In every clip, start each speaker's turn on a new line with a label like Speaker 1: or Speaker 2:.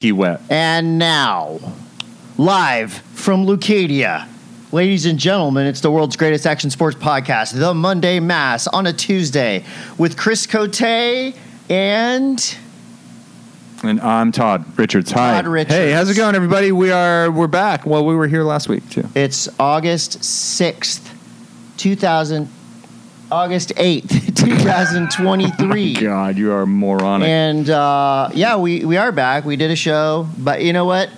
Speaker 1: He wet.
Speaker 2: And now, live from Lucadia, ladies and gentlemen, it's the world's greatest action sports podcast, The Monday Mass, on a Tuesday with Chris Cote and
Speaker 1: And I'm Todd Richards. Hi.
Speaker 2: Todd Richards.
Speaker 1: Hey, how's it going, everybody? We are we're back. Well, we were here last week too.
Speaker 2: it's August 6th, 2000, August 8th, 2023.
Speaker 1: God, you are moronic.
Speaker 2: And uh, yeah, we, we are back. We did a show, but you know what?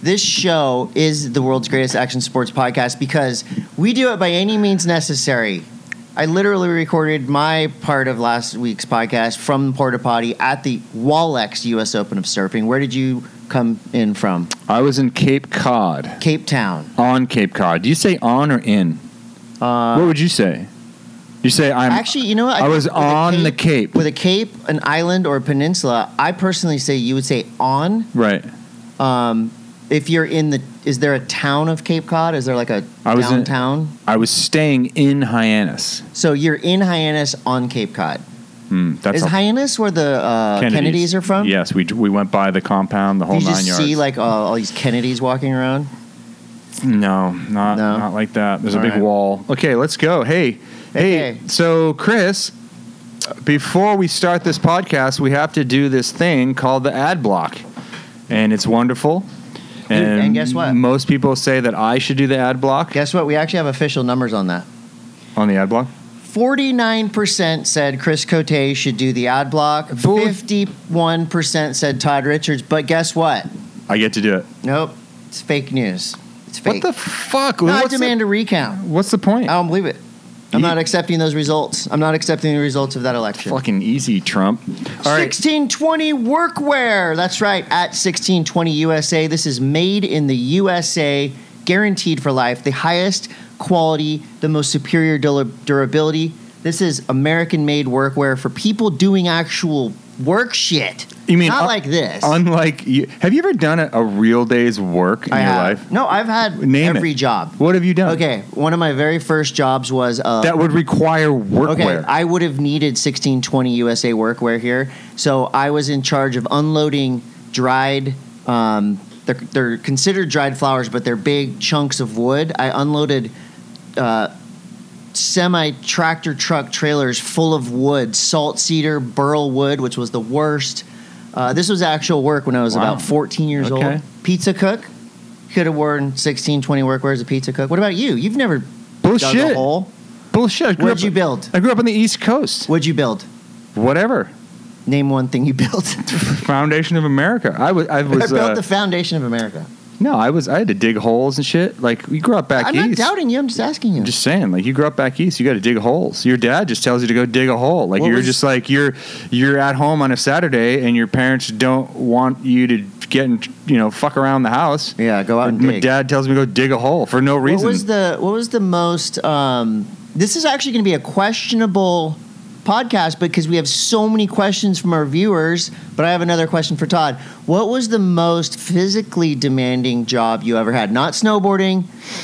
Speaker 2: This show is the world's greatest action sports podcast because we do it by any means necessary. I literally recorded my part of last week's podcast from the Porta Potty at the Wallex US Open of Surfing. Where did you come in from?
Speaker 1: I was in Cape Cod.
Speaker 2: Cape Town.
Speaker 1: On Cape Cod. Do you say on or in? what
Speaker 2: Uh,
Speaker 1: would you say? You say I'm
Speaker 2: actually, you know what?
Speaker 1: I was
Speaker 2: think with a
Speaker 1: on the
Speaker 2: cape-
Speaker 1: Cape.
Speaker 2: With a cape, an island, or a peninsula, I personally say you would say on
Speaker 1: Right.
Speaker 2: Um, if you're in the, is there a town of Cape Cod? Is there like a
Speaker 1: I was in-
Speaker 2: downtown?
Speaker 1: I was staying in Hyannis.
Speaker 2: so you're in Hyannis on Cape Cod.
Speaker 1: Hmm, that's
Speaker 2: is
Speaker 1: a-
Speaker 2: Hyannis where the uh, Kennedys. are from?
Speaker 1: Yes, we we went by the compound, the
Speaker 2: Do
Speaker 1: whole
Speaker 2: you
Speaker 1: nine
Speaker 2: just
Speaker 1: yards.
Speaker 2: see like uh, all these Kennedys walking around?
Speaker 1: No, not
Speaker 2: No?
Speaker 1: not like that. There's a
Speaker 2: All
Speaker 1: big
Speaker 2: right.
Speaker 1: wall. Okay, let's go. Hey, hey.
Speaker 2: Okay.
Speaker 1: So, Chris, before we start this podcast, we have to do this thing called the ad block, and it's wonderful.
Speaker 2: And- and guess what?
Speaker 1: Most people say that I should do the ad block
Speaker 2: Guess what? We actually have official numbers on that.
Speaker 1: on the ad block.
Speaker 2: 49% said Chris Cote should do the ad block.
Speaker 1: Bull-
Speaker 2: 51% said Todd Richards. But guess what?
Speaker 1: I get to do it.
Speaker 2: Nope. It's fake news. It's fake.
Speaker 1: What the fuck?
Speaker 2: No, I
Speaker 1: what's,
Speaker 2: demand a recount.
Speaker 1: the, what's the point?
Speaker 2: I don't believe it. I'm
Speaker 1: You-
Speaker 2: not accepting those results. I'm not accepting the results of that election.
Speaker 1: Fucking easy, Trump. All right.
Speaker 2: 1620 Workwear. That's right. At 1620 USA. This is made in the USA, guaranteed for life. The highest quality, the most superior dura- durability. This is American made workwear for people doing actual work shit.
Speaker 1: You mean
Speaker 2: not
Speaker 1: un-
Speaker 2: like this.
Speaker 1: unlike you? Have you ever done a, a real day's work in
Speaker 2: I
Speaker 1: your
Speaker 2: have.
Speaker 1: life?
Speaker 2: No, I've had
Speaker 1: Name it.
Speaker 2: every job.
Speaker 1: What have you done?
Speaker 2: Okay, one of my very first jobs was uh,
Speaker 1: That would require
Speaker 2: Okay,
Speaker 1: workwear.
Speaker 2: I would have needed 1620 USA workwear here. So I was in charge of unloading dried, um, they're, they're considered dried flowers, but they're big chunks of wood. I unloaded uh, semi tractor truck trailers full of wood, salt cedar, burl wood, which was the worst. Uh, this was actual work when I was
Speaker 1: Wow.
Speaker 2: about 14 years
Speaker 1: Okay.
Speaker 2: old. Pizza cook. Could have worn 1620 workwear as a pizza cook. What about you? You've never dug a
Speaker 1: Bullshit.
Speaker 2: hole.
Speaker 1: Bullshit. I grew,
Speaker 2: What'd
Speaker 1: up,
Speaker 2: you build?
Speaker 1: I grew up on the East Coast.
Speaker 2: What'd you build?
Speaker 1: Whatever.
Speaker 2: Name one thing you built.
Speaker 1: Foundation of America. I was. I
Speaker 2: I
Speaker 1: was.
Speaker 2: built
Speaker 1: Uh,
Speaker 2: the foundation of America.
Speaker 1: no, I was. I had to dig holes and shit. Like we grew up back
Speaker 2: I'm
Speaker 1: east.
Speaker 2: not doubting you. I'm just asking you.
Speaker 1: I'm just saying, like you grew up back east, you got to dig holes. Your dad just tells you to go dig a hole. Like
Speaker 2: What
Speaker 1: you're
Speaker 2: was-
Speaker 1: just like you're you're at home on a Saturday and your parents don't want you to get and you know fuck around the house.
Speaker 2: yeah, go out and
Speaker 1: My
Speaker 2: dig.
Speaker 1: dad tells me to go dig a hole for no
Speaker 2: what
Speaker 1: reason.
Speaker 2: was the What was the most? Um, this is actually going to be a questionable podcast because we have so many questions from our viewers. But I have another question for Todd. What was the most physically demanding job you ever had? Not snowboarding,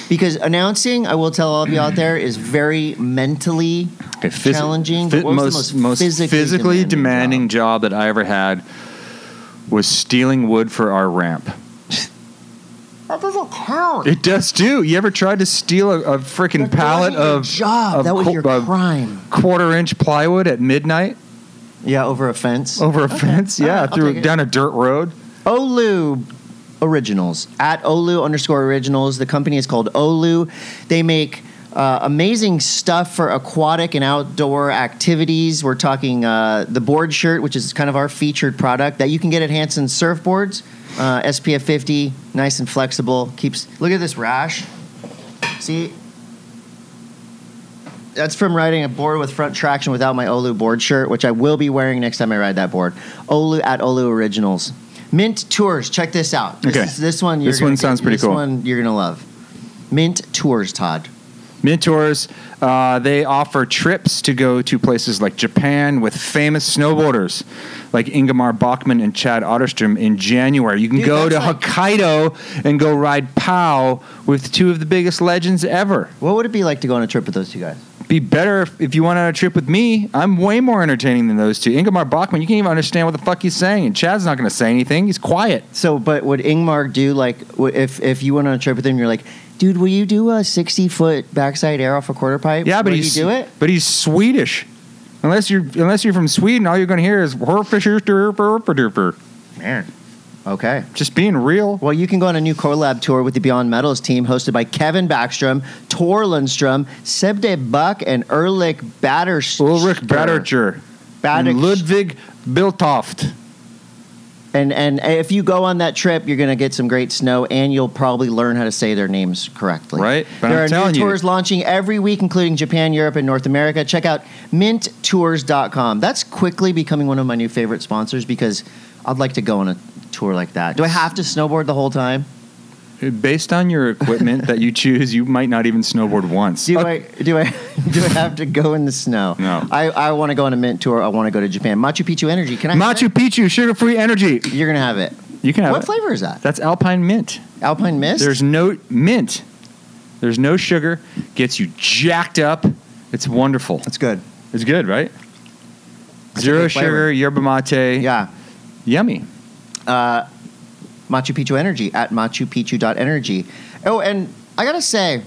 Speaker 2: because announcing, I will tell all of you out there, is very mentally.
Speaker 1: Okay, phys-
Speaker 2: challenging,
Speaker 1: Fi-
Speaker 2: but what was the most physically demanding
Speaker 1: demanding job? that I ever had was stealing wood for our ramp.
Speaker 2: That doesn't count.
Speaker 1: It does do. You ever tried to steal a, a freaking
Speaker 2: That wasn't
Speaker 1: pallet
Speaker 2: your
Speaker 1: of
Speaker 2: job.
Speaker 1: of
Speaker 2: that was
Speaker 1: co-
Speaker 2: your
Speaker 1: of
Speaker 2: crime.
Speaker 1: quarter inch plywood at midnight
Speaker 2: Yeah, over a fence.
Speaker 1: over a fence? Yeah,
Speaker 2: Alright, I'll
Speaker 1: through
Speaker 2: take it.
Speaker 1: down a dirt road.
Speaker 2: Olu Originals at Olu underscore Originals. The company is called Olu. They make uh, amazing stuff for aquatic and outdoor activities. We're talking uh, the board shirt, which is kind of our featured product that you can get at Hanson Surfboards. Uh, SPF 50, nice and flexible. Keeps. Look at this rash. See. That's from riding a board with front traction without my Olu board shirt, which I will be wearing next time I ride that board. Olu at Olu Originals. Mint Tours. Check this out. This
Speaker 1: Okay.
Speaker 2: is- this one. You're
Speaker 1: This
Speaker 2: gonna
Speaker 1: one
Speaker 2: get-
Speaker 1: sounds pretty
Speaker 2: this
Speaker 1: cool.
Speaker 2: one you're gonna love. Mint Tours, Todd.
Speaker 1: Mentors, uh, they offer trips to go to places like Japan with famous snowboarders like Ingemar Bachmann and Chad Otterstrom in January. You can
Speaker 2: Dude,
Speaker 1: go to
Speaker 2: that's like-
Speaker 1: Hokkaido and go ride POW with two of the biggest legends ever.
Speaker 2: What would it be like to go on a trip with those two guys?
Speaker 1: be better if, if you went on a trip with me. I'm way more entertaining than those two. Ingemar Bachman, you can't even understand what the fuck he's saying, and Chad's not going to say anything. He's quiet.
Speaker 2: So, but would Ingmar do like w- if if you went on a trip with him, you're like, dude, will you do a sixty foot backside air off a quarter pipe?
Speaker 1: Yeah, but
Speaker 2: Would
Speaker 1: he's
Speaker 2: he do it.
Speaker 1: But he's Swedish. Unless you're unless you're from Sweden, all you're going to hear is "Horfischerderferferderfer."
Speaker 2: Man, okay.
Speaker 1: just being real.
Speaker 2: Well, you can go on a new collab tour with the Beyond Metals team, hosted by Kevin Backstrom, Tor Lundstrom, Sebde Buck, and Erlich Batters.
Speaker 1: Ulrich Baderger and Ludwig Biltoft.
Speaker 2: And and if you go on that trip, you're going to get some great snow, and you'll probably learn how to say their names correctly.
Speaker 1: Right? But
Speaker 2: there
Speaker 1: I'm
Speaker 2: are
Speaker 1: telling
Speaker 2: new
Speaker 1: you.
Speaker 2: tours launching every week, including Japan, Europe, and North America. Check out MintTours.com. That's quickly becoming one of my new favorite sponsors because I'd like to go on a tour like that. Do I have to snowboard the whole time?
Speaker 1: Based on your equipment that you choose, you might not even snowboard once.
Speaker 2: Do I do I do I have to go in the snow?
Speaker 1: Uh, No.
Speaker 2: I, I want to go on a mint tour. I want to go to Japan. Machu Picchu Energy. Can I? have
Speaker 1: Machu Picchu sugar free energy.
Speaker 2: it? You're gonna have it.
Speaker 1: You can have
Speaker 2: what
Speaker 1: it.
Speaker 2: flavor is that?
Speaker 1: That's Alpine Mint.
Speaker 2: Alpine Mist.
Speaker 1: There's no mint. There's no sugar. Gets you jacked up. It's wonderful.
Speaker 2: That's good.
Speaker 1: It's good, right?
Speaker 2: That's a
Speaker 1: Zero
Speaker 2: good flavor.
Speaker 1: sugar, yerba mate.
Speaker 2: Yeah.
Speaker 1: Yummy.
Speaker 2: uh, Machu Picchu Energy at machupicchu.energy. Oh, and I gotta say,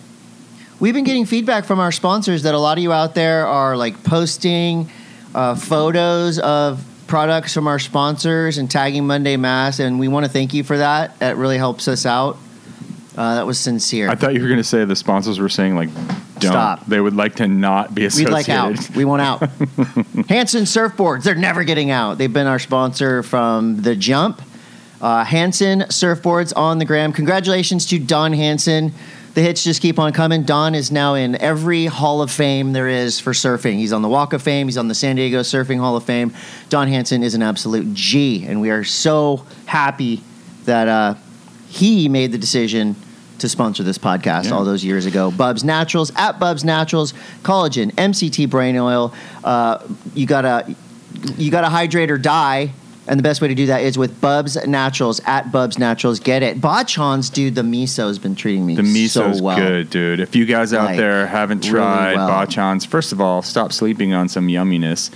Speaker 2: we've been getting feedback from our sponsors that a lot of you out there are like posting uh, photos of products from our sponsors and tagging Monday Mass, and we want to thank you for that. That really helps us out. Uh, that was sincere.
Speaker 1: I thought you were going to say the sponsors were saying, like, don't.
Speaker 2: Stop.
Speaker 1: They would like to not be
Speaker 2: We'd
Speaker 1: associated.
Speaker 2: like out. We want out. Hanson Surfboards, they're never getting out. They've been our sponsor from the jump. Uh, Hanson Surfboards on the gram. Congratulations to Don Hanson. The hits just keep on coming. Don is now in every Hall of Fame there is for surfing. He's on the Walk of Fame, he's on the San Diego Surfing Hall of Fame. Don Hanson is an absolute G, and we are so happy that uh, he made the decision to sponsor this podcast
Speaker 1: Yeah.
Speaker 2: all those years ago. Bubs Naturals at Bubs Naturals, collagen, MCT brain oil. Uh, you gotta you gotta hydrate or die. And the best way to do that is with Bubs Naturals at Bubs Naturals. Get it. Bachan's dude, the miso's been treating me
Speaker 1: The miso's
Speaker 2: so well.
Speaker 1: good, dude. If you guys out
Speaker 2: Like,
Speaker 1: there haven't
Speaker 2: really
Speaker 1: tried
Speaker 2: well.
Speaker 1: Bachan's, first of all, stop sleeping on some yumminess.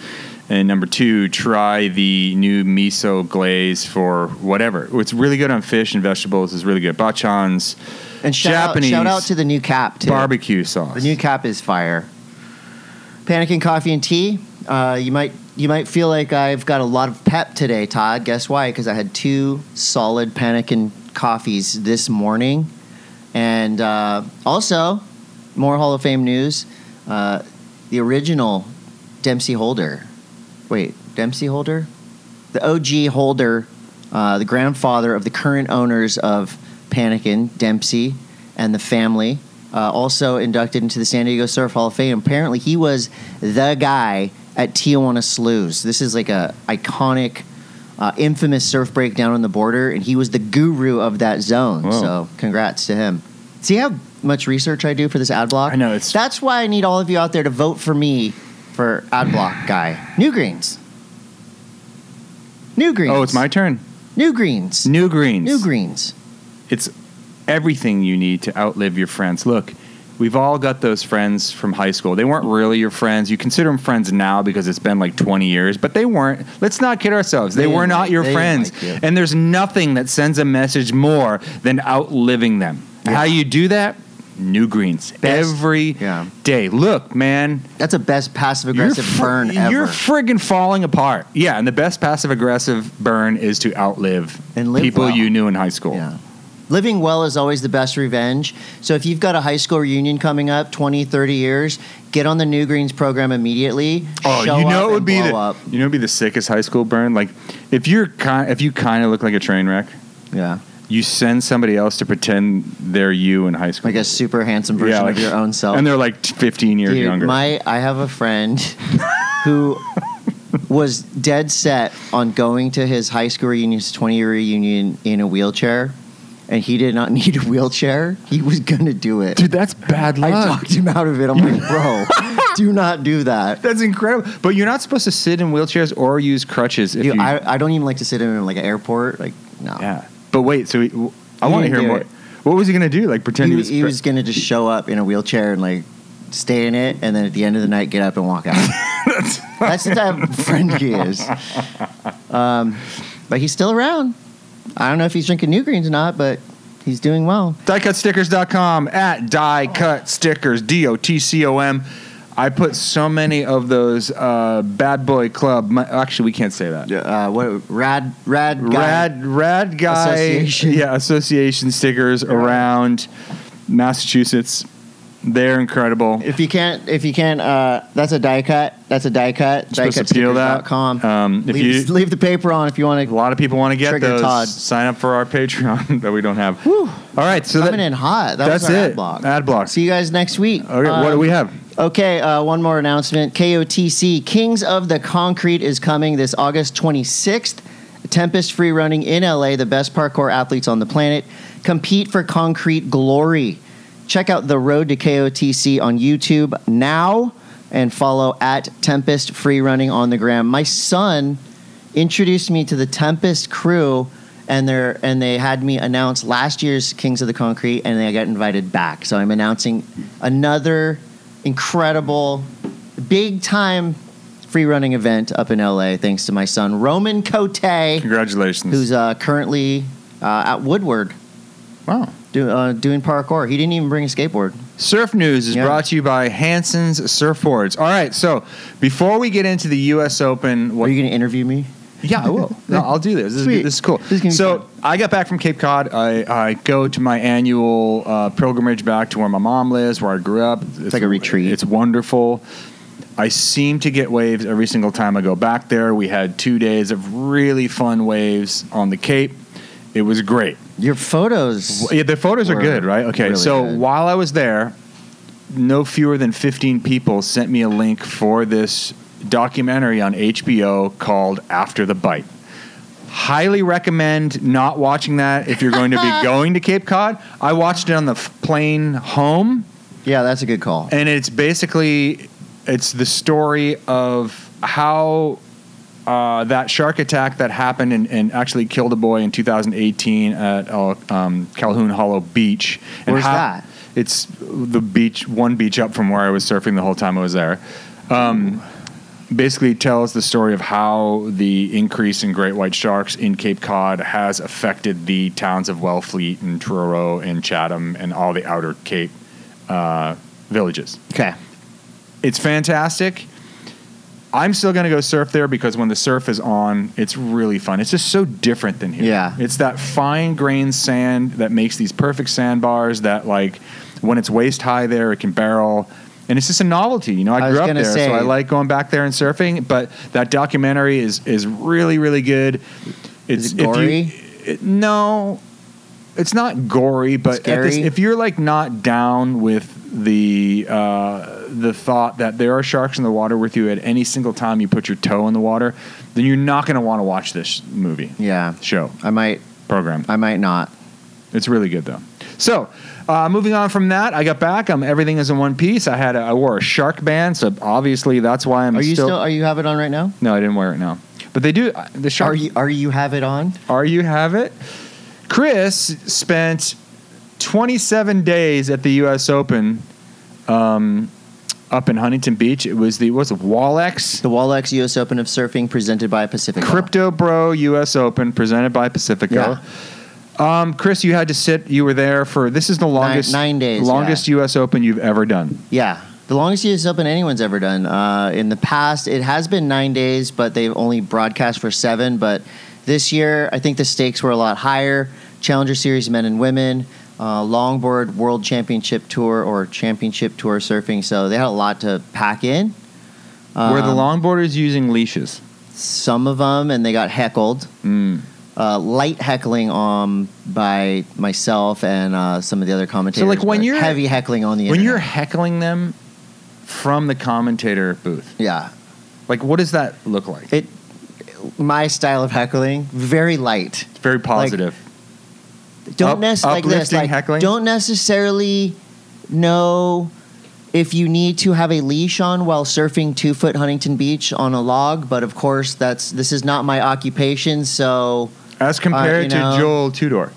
Speaker 1: And number two, try the new miso glaze for whatever. It's really good on fish and vegetables. It's really good. Bachan's
Speaker 2: And shout out,
Speaker 1: Japanese
Speaker 2: shout out to the new cap too.
Speaker 1: barbecue sauce.
Speaker 2: The new cap is fire. Panicking coffee and tea. Uh, you might you might feel like I've got a lot of pep today, Todd. Guess why? Because I had two solid Panikin coffees this morning, and uh, also more Hall of Fame news. Uh, the original Dempsey Holder, wait, Dempsey Holder, the OG Holder, uh, the grandfather of the current owners of Panikin, Dempsey, and the family uh, also inducted into the San Diego Surf Hall of Fame. Apparently, he was the guy at Tijuana Sloughs. This is like a iconic, uh, infamous surf break down on the border, and he was the guru of that zone.
Speaker 1: Whoa.
Speaker 2: So, congrats to him. See how much research I do for this ad block?
Speaker 1: I know, it's-
Speaker 2: that's why I need all of you out there to vote for me for ad block guy. New greens. New greens.
Speaker 1: oh, it's my turn.
Speaker 2: new greens.
Speaker 1: New greens.
Speaker 2: New greens.
Speaker 1: It's everything you need to outlive your friends. Look, we've all got those friends from high school. They weren't really your friends. You consider them friends now because it's been like 20 years, but they weren't. Let's not kid ourselves. They,
Speaker 2: They
Speaker 1: were
Speaker 2: didn't
Speaker 1: not
Speaker 2: like-
Speaker 1: your
Speaker 2: they didn't
Speaker 1: friends.
Speaker 2: like you.
Speaker 1: and there's nothing that sends a message more than outliving them. How you do that? New greens
Speaker 2: Best-
Speaker 1: every day.
Speaker 2: yeah.
Speaker 1: Look, man,
Speaker 2: That's the best passive aggressive
Speaker 1: fr-
Speaker 2: burn ever.
Speaker 1: You're friggin' falling apart. Yeah, and the best passive aggressive burn is to outlive
Speaker 2: And live
Speaker 1: people
Speaker 2: well.
Speaker 1: you knew in high school.
Speaker 2: Yeah. Living well is always the best revenge. So if you've got a high school reunion coming up, 20, 30 years, get on the New Greens program immediately.
Speaker 1: Oh,
Speaker 2: show
Speaker 1: you know it
Speaker 2: up
Speaker 1: would
Speaker 2: and
Speaker 1: be
Speaker 2: blow
Speaker 1: the
Speaker 2: up.
Speaker 1: you know it'd be the sickest high school burn. Like if you're kind if you kind of look like a train wreck,
Speaker 2: Yeah.
Speaker 1: you send somebody else to pretend they're you in high school.
Speaker 2: Like a super handsome version
Speaker 1: like-
Speaker 2: of your own self.
Speaker 1: and they're like 15 years
Speaker 2: Dude,
Speaker 1: younger.
Speaker 2: My, I have a friend who was dead set on going to his high school reunion, his 20 year reunion in a wheelchair, and he did not need a wheelchair. He was going to do it.
Speaker 1: Dude, that's bad
Speaker 2: I
Speaker 1: luck.
Speaker 2: talked him out of it. I'm like, bro, do not do that.
Speaker 1: that's incredible. But you're not supposed to sit in wheelchairs or use crutches if
Speaker 2: Dude,
Speaker 1: you.
Speaker 2: I, I don't even like to sit in like an airport. Like, no.
Speaker 1: yeah. But wait, so he, I
Speaker 2: He
Speaker 1: want to
Speaker 2: didn't
Speaker 1: hear
Speaker 2: do
Speaker 1: more.
Speaker 2: it.
Speaker 1: What was he gonna do? Like pretend
Speaker 2: He,
Speaker 1: he,
Speaker 2: was, he
Speaker 1: pre-
Speaker 2: was going to just show up in a wheelchair and like stay in it, and then at the end of the night, get up and walk out. That's the type of friend he is. Um, but he's still around. I don't know if he's drinking New Greens or not, but he's doing well.
Speaker 1: Diecutstickers.com at diecutstickers, D O T C O M. I put so many of those uh, bad boy club. My, actually, we can't say that.
Speaker 2: Uh, what rad rad guy.
Speaker 1: Rad, rad guy.
Speaker 2: Association.
Speaker 1: Yeah, association stickers around Massachusetts. They're incredible.
Speaker 2: If you can't, if you can't, uh, that's a die cut. That's a die cut.
Speaker 1: You're supposed to peel that.
Speaker 2: Diecutstickers.com.
Speaker 1: Um, if you-
Speaker 2: leave, leave the paper on if you want
Speaker 1: A
Speaker 2: to.
Speaker 1: lot of people want to get
Speaker 2: Trigger
Speaker 1: those.
Speaker 2: Todd.
Speaker 1: Sign up for our Patreon that we don't have. All right, so
Speaker 2: Coming
Speaker 1: that,
Speaker 2: in hot. That
Speaker 1: that's
Speaker 2: was our
Speaker 1: it.
Speaker 2: ad block.
Speaker 1: Ad block.
Speaker 2: See you guys next week.
Speaker 1: Okay, what do
Speaker 2: Um,
Speaker 1: we have?
Speaker 2: Okay, uh, one more announcement. KOTC, Kings of the Concrete is coming this August 26th. Tempest free running in LA, the best parkour athletes on the planet. Compete for concrete glory. Check out The Road to KOTC on YouTube now and follow at Tempest Free Running on the gram. My son introduced me to the Tempest crew and they and they had me announce last year's Kings of the Concrete and I got invited back. So I'm announcing another incredible big time free running event up in LA thanks to my son Roman Cote
Speaker 1: Congratulations.
Speaker 2: who's uh, currently uh, at Woodward
Speaker 1: wow.
Speaker 2: do, uh, doing parkour. He didn't even bring a skateboard.
Speaker 1: Surf News is
Speaker 2: Yeah.
Speaker 1: brought to you by Hanson's Surfboards. All right, so before we get into the U.S. Open,
Speaker 2: Are
Speaker 1: what,
Speaker 2: you going to interview me?
Speaker 1: yeah, I will. No, I'll do this. This, is,
Speaker 2: Sweet.
Speaker 1: this is cool.
Speaker 2: This is gonna be
Speaker 1: so
Speaker 2: fun.
Speaker 1: I got back from Cape Cod. I, I go to my annual uh, pilgrimage back to where my mom lives, where I grew up. It's,
Speaker 2: like a retreat.
Speaker 1: It's wonderful. I seem to get waves every single time I go back there. We had two days of really fun waves on the Cape. It was great.
Speaker 2: Your photos.
Speaker 1: Well, Yeah, the photos are
Speaker 2: were
Speaker 1: good, right? Okay,
Speaker 2: really
Speaker 1: so
Speaker 2: good.
Speaker 1: while I was there, no fewer than 15 people sent me a link for this documentary on HBO called After the Bite. Highly recommend not watching that if you're going to be going to Cape Cod. I watched it on the f- plane home,
Speaker 2: Yeah, that's a good call.
Speaker 1: and it's basically it's the story of how uh, that shark attack that happened and, and actually killed a boy in 2018 at uh, um, Calhoun Hollow Beach. And
Speaker 2: Where's
Speaker 1: how-
Speaker 2: that?
Speaker 1: It's the beach, one beach up from where I was surfing the whole time I was there. Um, basically, tells the story of how the increase in great white sharks in Cape Cod has affected the towns of Wellfleet and Truro and Chatham and all the outer Cape uh, villages.
Speaker 2: Okay.
Speaker 1: It's fantastic. I'm still going to go surf there because when the surf is on, it's really fun. It's just so different than here.
Speaker 2: Yeah.
Speaker 1: It's that fine grained sand that makes these perfect sandbars that, like, when it's waist high there, it can barrel. And it's just a novelty, you know. I,
Speaker 2: I was
Speaker 1: grew up
Speaker 2: gonna
Speaker 1: there,
Speaker 2: say-
Speaker 1: so I like going back there and surfing. But that documentary is is really, really good. It's
Speaker 2: Is
Speaker 1: if
Speaker 2: it
Speaker 1: you-
Speaker 2: gory?
Speaker 1: it- no, it's not gory, but at this,
Speaker 2: Scary?
Speaker 1: if you're like not down with the uh, the thought that there are sharks in the water with you at any single time you put your toe in the water, then you're not going to want to watch this movie,
Speaker 2: Yeah,
Speaker 1: show,
Speaker 2: I might.
Speaker 1: program.
Speaker 2: I might not.
Speaker 1: It's really good though. So, uh, moving on from that, I got back. Um, everything is in one piece. I had a, I wore a shark band, so obviously that's why I'm
Speaker 2: Are you
Speaker 1: still,
Speaker 2: still, Are you have it on right now?
Speaker 1: No, I didn't wear it now. But they do uh, the shark.
Speaker 2: Are you? Are you have it on?
Speaker 1: Are you have it? Chris spent 27 days at the U.S. Open um, up in Huntington Beach. It was the what's it, Wallex
Speaker 2: The Wallex U.S. Open of Surfing, presented by Pacific.
Speaker 1: Crypto Bro U.S. Open presented by Pacifico. Um, Chris, you had to sit. You were there for this is the longest
Speaker 2: nine days,
Speaker 1: longest U.S. Open you've ever done.
Speaker 2: Yeah, the longest U.S. Open anyone's ever done. Uh, in the past, it has been nine days, but they've only broadcast for seven. But this year, I think the stakes were a lot higher. Challenger Series men and women, uh, longboard World Championship Tour or Championship Tour surfing. So they had a lot to pack in.
Speaker 1: were the
Speaker 2: Um,
Speaker 1: longboarders using leashes?
Speaker 2: Some of them, and they got heckled.
Speaker 1: Mm.
Speaker 2: Uh, light heckling um, by myself and uh, some of the other commentators.
Speaker 1: when
Speaker 2: but
Speaker 1: you're-
Speaker 2: heavy heckling on the
Speaker 1: When you're
Speaker 2: internet.
Speaker 1: heckling them from the commentator booth,
Speaker 2: yeah,
Speaker 1: like what does that look like?
Speaker 2: my style of heckling very light.
Speaker 1: It's very positive. Up-
Speaker 2: don't necessarily like this
Speaker 1: uplifting
Speaker 2: like
Speaker 1: heckling?
Speaker 2: don't necessarily know if you need to have a leash on while surfing two foot Huntington Beach on a log, but of course that's this is not my occupation. So
Speaker 1: As compared
Speaker 2: Uh, you
Speaker 1: to
Speaker 2: know.
Speaker 1: Joel Tudor.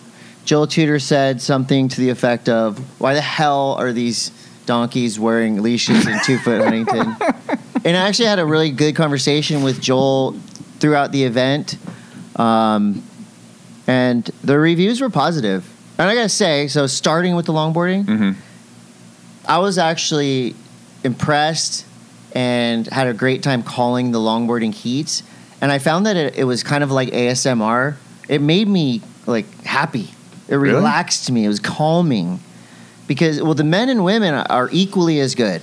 Speaker 2: Joel Tudor said something to the effect of, "Why the hell are these donkeys wearing leashes in Two Foot Huntington. and I actually had a really good conversation with Joel throughout the event. Um, and the reviews were positive. And I gotta say, so starting with the longboarding,
Speaker 1: hmm
Speaker 2: I was actually impressed and had a great time calling the longboarding heats. And I found that it, it was kind of like ASMR. It made me like happy. It
Speaker 1: Really?
Speaker 2: relaxed me. It was calming because well, the men and women are equally as good,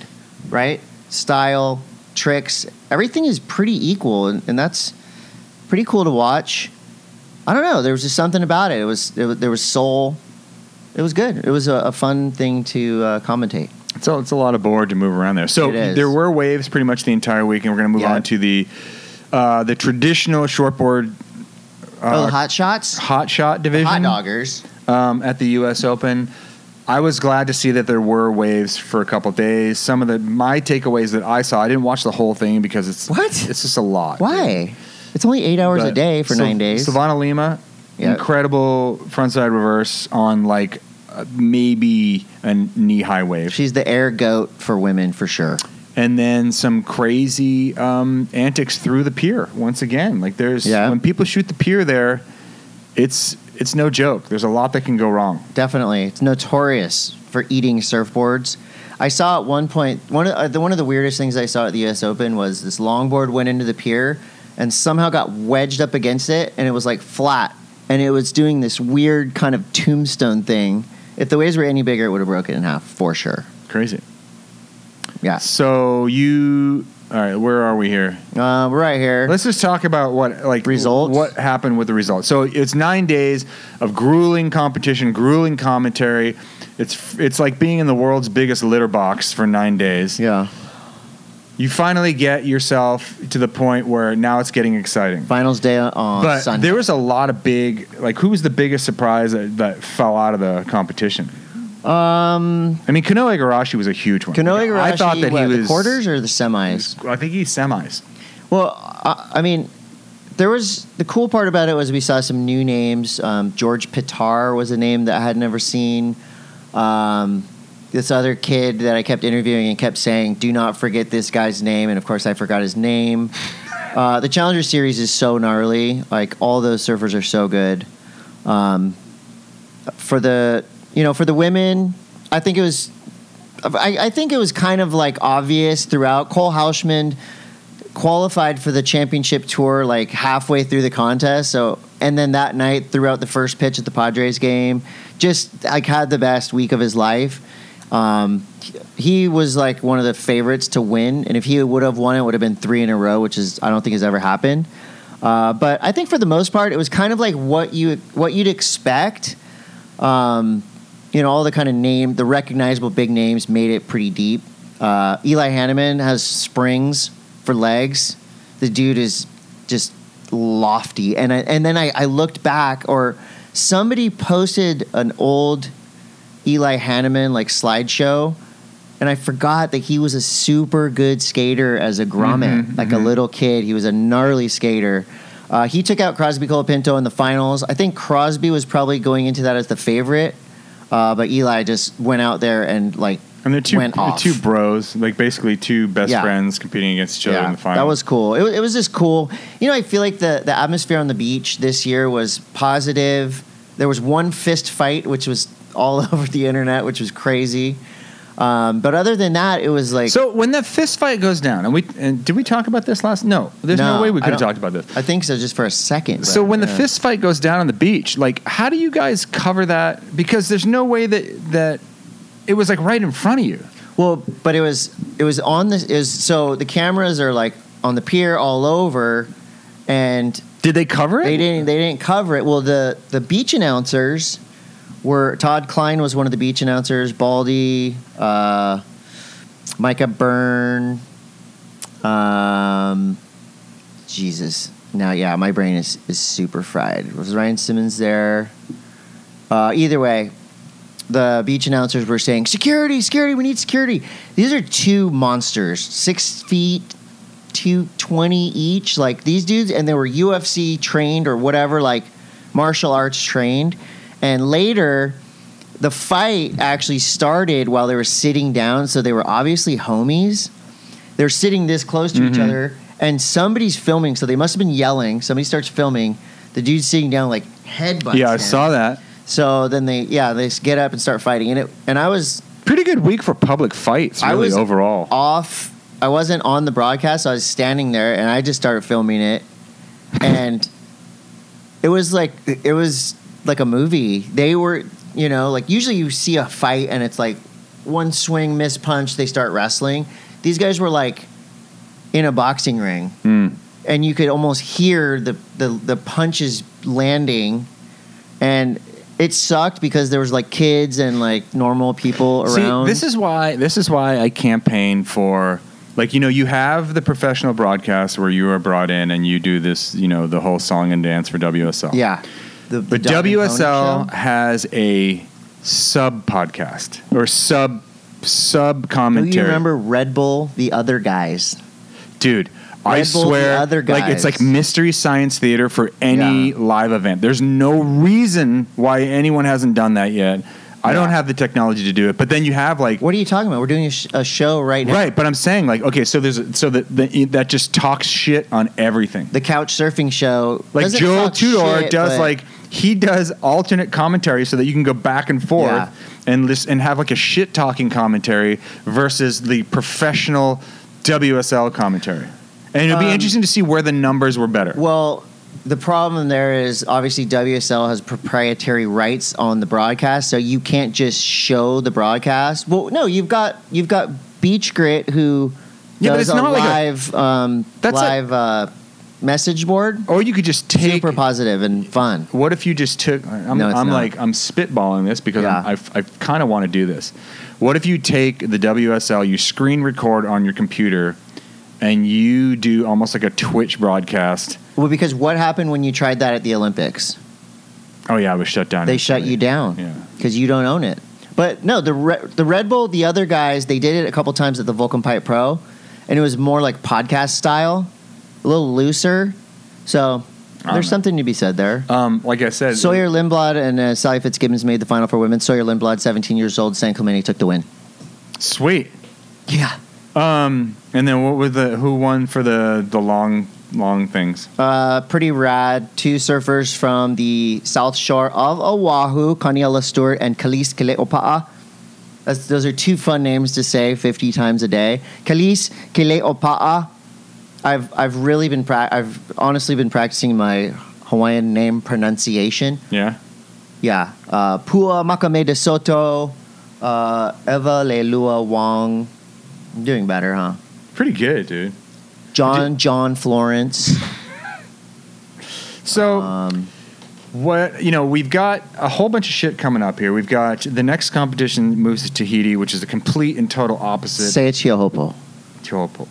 Speaker 2: right? Style, tricks, everything is pretty equal, and, and that's pretty cool to watch. I don't know. There was just something about it. It was, it was there was soul. It was good. It was a, a fun thing to uh, commentate.
Speaker 1: It's a, it's a lot of board to move around there. So
Speaker 2: It is.
Speaker 1: there were waves pretty much the entire week, and we're going to move
Speaker 2: Yeah.
Speaker 1: on to the uh, the traditional shortboard
Speaker 2: oh, the
Speaker 1: uh,
Speaker 2: hot shots,
Speaker 1: hot shot division
Speaker 2: hot doggers.
Speaker 1: um, at the U.S. Open. I was glad to see that there were waves for a couple days. Some of the my takeaways that I saw, I didn't watch the whole thing because it's
Speaker 2: What?
Speaker 1: it's just a lot.
Speaker 2: Why? It's only eight hours a
Speaker 1: But
Speaker 2: day for
Speaker 1: Sil-
Speaker 2: nine days.
Speaker 1: Savannah Lima,
Speaker 2: Yeah.
Speaker 1: incredible frontside reverse on like uh, maybe a knee high wave.
Speaker 2: She's the air goat for women for sure.
Speaker 1: and then some crazy um, antics through the pier once again. Like there's
Speaker 2: Yeah.
Speaker 1: when people shoot the pier there, it's it's no joke. There's a lot that can go wrong.
Speaker 2: Definitely, it's notorious for eating surfboards. I saw at one point one of uh, the one of the weirdest things I saw at the U.S. Open was this longboard went into the pier and somehow got wedged up against it, and it was like flat, and it was doing this weird kind of tombstone thing. If the waves were any bigger, it would have broken in half for sure.
Speaker 1: Crazy.
Speaker 2: Yeah.
Speaker 1: So you all right? Where are we here?
Speaker 2: Uh, we're right here.
Speaker 1: Let's just talk about what like
Speaker 2: Results?
Speaker 1: What happened with the results? So it's nine days of grueling competition, grueling commentary. It's it's like being in the world's biggest litter box for nine days.
Speaker 2: Yeah.
Speaker 1: You finally get yourself to the point where now it's getting exciting.
Speaker 2: Finals day on
Speaker 1: but
Speaker 2: Sunday.
Speaker 1: there was a lot of big like who was the biggest surprise that, that fell out of the competition
Speaker 2: um,
Speaker 1: i mean kanoe garashi was a huge one
Speaker 2: Kanoe
Speaker 1: Like,
Speaker 2: Garashi,
Speaker 1: i thought that
Speaker 2: what,
Speaker 1: he
Speaker 2: the
Speaker 1: was
Speaker 2: quarters or the semis.
Speaker 1: i think he's semis
Speaker 2: Well, I, I mean, there was the cool part about it was we saw some new names. Um, George Pitar was a name that I had never seen. Um, this other kid that I kept interviewing and kept saying, "Do not forget this guy's name," and of course I forgot his name. Uh, the Challenger Series is so gnarly. Like all those surfers are so good. Um, for the you know for the women, I think it was. I, I think it was kind of like obvious throughout. Cole Hauschman qualified for the championship tour like halfway through the contest. So, and then that night, throughout the first pitch at the Padres game, just like had the best week of his life. Um, he was like one of the favorites to win, and if he would have won, it would have been three in a row, which is I don't think has ever happened. Uh, but I think for the most part, it was kind of like what you what you'd expect. Um, you know, all the kind of name, the recognizable big names made it pretty deep. Uh, Eli Hanneman has springs for legs. The dude is just lofty. And I, and then I, I looked back, or somebody posted an old Eli Hanneman like slideshow, and I forgot that he was a super good skater as a grommet,
Speaker 1: Mhm,
Speaker 2: like a
Speaker 1: mhm.
Speaker 2: little kid. He was a gnarly skater. Uh, he took out Crosby Colapinto in the finals. I think Crosby was probably going into that as the favorite, uh, but Eli just went out there and like
Speaker 1: and they're two
Speaker 2: Went
Speaker 1: they're
Speaker 2: off.
Speaker 1: two bros like basically two best
Speaker 2: Yeah.
Speaker 1: friends competing against each other in the final
Speaker 2: That was cool. It, wa- it was just cool. You know, I feel like the, the atmosphere on the beach this year was positive. There was one fist fight, which was all over the internet, which was crazy. Um, but other than that, it was like,
Speaker 1: so when the fist fight goes down and we and did we talk about this last no there's no,
Speaker 2: No,
Speaker 1: way we
Speaker 2: I
Speaker 1: could have
Speaker 2: don't-
Speaker 1: talked about this
Speaker 2: I think so, just for a second.
Speaker 1: So
Speaker 2: but,
Speaker 1: when the
Speaker 2: yeah.
Speaker 1: fist fight goes down on the beach, like how do you guys cover that? Because there's no way that that it was like right in front of you.
Speaker 2: Well, but it was it was on this is so the cameras are like on the pier all over, and
Speaker 1: Did they cover it?
Speaker 2: They didn't. They didn't cover it. Well, the the beach announcers were Todd Klein was one of the beach announcers. Baldy, uh, Micah Byrne, um, Jesus. Now, yeah, my brain is is super fried. Was Ryan Simmons there? Uh, either way, the beach announcers were saying security, security. We need security. These are two monsters, six feet 220 each like these dudes and they were ufc trained or whatever like martial arts trained and later the fight actually started while they were sitting down, so they were obviously homies. They're sitting this close to each
Speaker 1: Mhm.
Speaker 2: other, and somebody's filming, so they must have been yelling. Somebody starts filming. The dude's sitting down, like headbutts.
Speaker 1: yeah, I
Speaker 2: him.
Speaker 1: saw that.
Speaker 2: So then they, yeah, they s- get up and start fighting, and it, and I was
Speaker 1: Pretty good week for public fights,
Speaker 2: I
Speaker 1: really
Speaker 2: was-
Speaker 1: overall.
Speaker 2: off. I wasn't on the broadcast. I was standing there, and I just started filming it, and it was like it was like a movie. They were, you know, like usually you see a fight, and it's like one swing, miss punch, they start wrestling. These guys were like in a boxing ring,
Speaker 1: Mm.
Speaker 2: and you could almost hear the the, the punches landing, and. It sucked because there was like kids and like normal people around.
Speaker 1: See, this is why this is why I campaign for like you know you have the professional broadcast where you are brought in and you do this you know the whole song and dance for WSL.
Speaker 2: yeah, the,
Speaker 1: But
Speaker 2: the Doc and Tony show.
Speaker 1: WSL has a sub podcast or sub sub commentary.
Speaker 2: Do you remember Red Bull, the other guys?
Speaker 1: Dude, I
Speaker 2: Red Bull, the
Speaker 1: swear
Speaker 2: other
Speaker 1: like it's like
Speaker 2: guys.
Speaker 1: mystery science theater for any
Speaker 2: Yeah.
Speaker 1: live event. There's no reason why anyone hasn't done that yet. I don't
Speaker 2: Yeah.
Speaker 1: have the technology to do it. But then you have like
Speaker 2: What are you talking about? We're doing a, sh- a show right now.
Speaker 1: Right, but I'm saying like okay, so there's so that the, that just talks shit on everything.
Speaker 2: The couch surfing show.
Speaker 1: Like
Speaker 2: Doesn't
Speaker 1: Joel
Speaker 2: talk
Speaker 1: Tudor
Speaker 2: shit,
Speaker 1: does
Speaker 2: but-
Speaker 1: like he does alternate commentary so that you can go back and forth
Speaker 2: Yeah.
Speaker 1: and listen and have like a shit talking commentary versus the professional WSL commentary. And it'd be
Speaker 2: Um,
Speaker 1: interesting to see where the numbers were better.
Speaker 2: Well, the problem there is obviously WSL has proprietary rights on the broadcast, so you can't just show the broadcast. Well, no, you've got you've got Beach Grit who
Speaker 1: Yeah, but
Speaker 2: does
Speaker 1: it's
Speaker 2: a
Speaker 1: not like a-
Speaker 2: live um,
Speaker 1: That's like-
Speaker 2: live uh, message board.
Speaker 1: or you could just take
Speaker 2: Super positive and fun.
Speaker 1: What if you just took? I'm,
Speaker 2: No, it's
Speaker 1: I'm
Speaker 2: not.
Speaker 1: like I'm spitballing this because
Speaker 2: Yeah.
Speaker 1: I'm, I, I kind of want to do this. What if you take the WSL, you screen record on your computer, and you do almost like a Twitch broadcast?
Speaker 2: Well, because what happened when you tried that at the Olympics?
Speaker 1: Oh yeah, I was shut down.
Speaker 2: They shut you down
Speaker 1: Yeah.
Speaker 2: because you don't own it. But no, the Re- the Red Bull, the other guys, they did it a couple times at the Vulcan Pipe Pro, and it was more like podcast style, a little looser. So
Speaker 1: I
Speaker 2: there's
Speaker 1: don't
Speaker 2: something to be said there.
Speaker 1: Um, like I said,
Speaker 2: Sawyer Lindblad and uh, Sally Fitzgibbons made the final for women. Sawyer Lindblad, 17 years old, San Clemente took the win.
Speaker 1: sweet.
Speaker 2: Yeah.
Speaker 1: Um, and then what were the who won for the the long long things?
Speaker 2: Uh, pretty rad. Two surfers from the South Shore of Oahu, Kaniela Stewart and Kalis Kaleopa'a. That's, those are two fun names to say 50 times a day. Kalis Kaleopa'a. I've I've really been pra- I've honestly been practicing my Hawaiian name pronunciation.
Speaker 1: Yeah,
Speaker 2: Yeah, uh, Pua Makame de Soto, uh, Eva Leilua Wong. I'm doing better, huh?
Speaker 1: pretty good, dude.
Speaker 2: John John Florence.
Speaker 1: So.
Speaker 2: Um,
Speaker 1: what you know we've got a whole bunch of shit coming up here we've got the next competition moves to tahiti which is the complete and total opposite
Speaker 2: say it's Hiohopo.
Speaker 1: Chopo.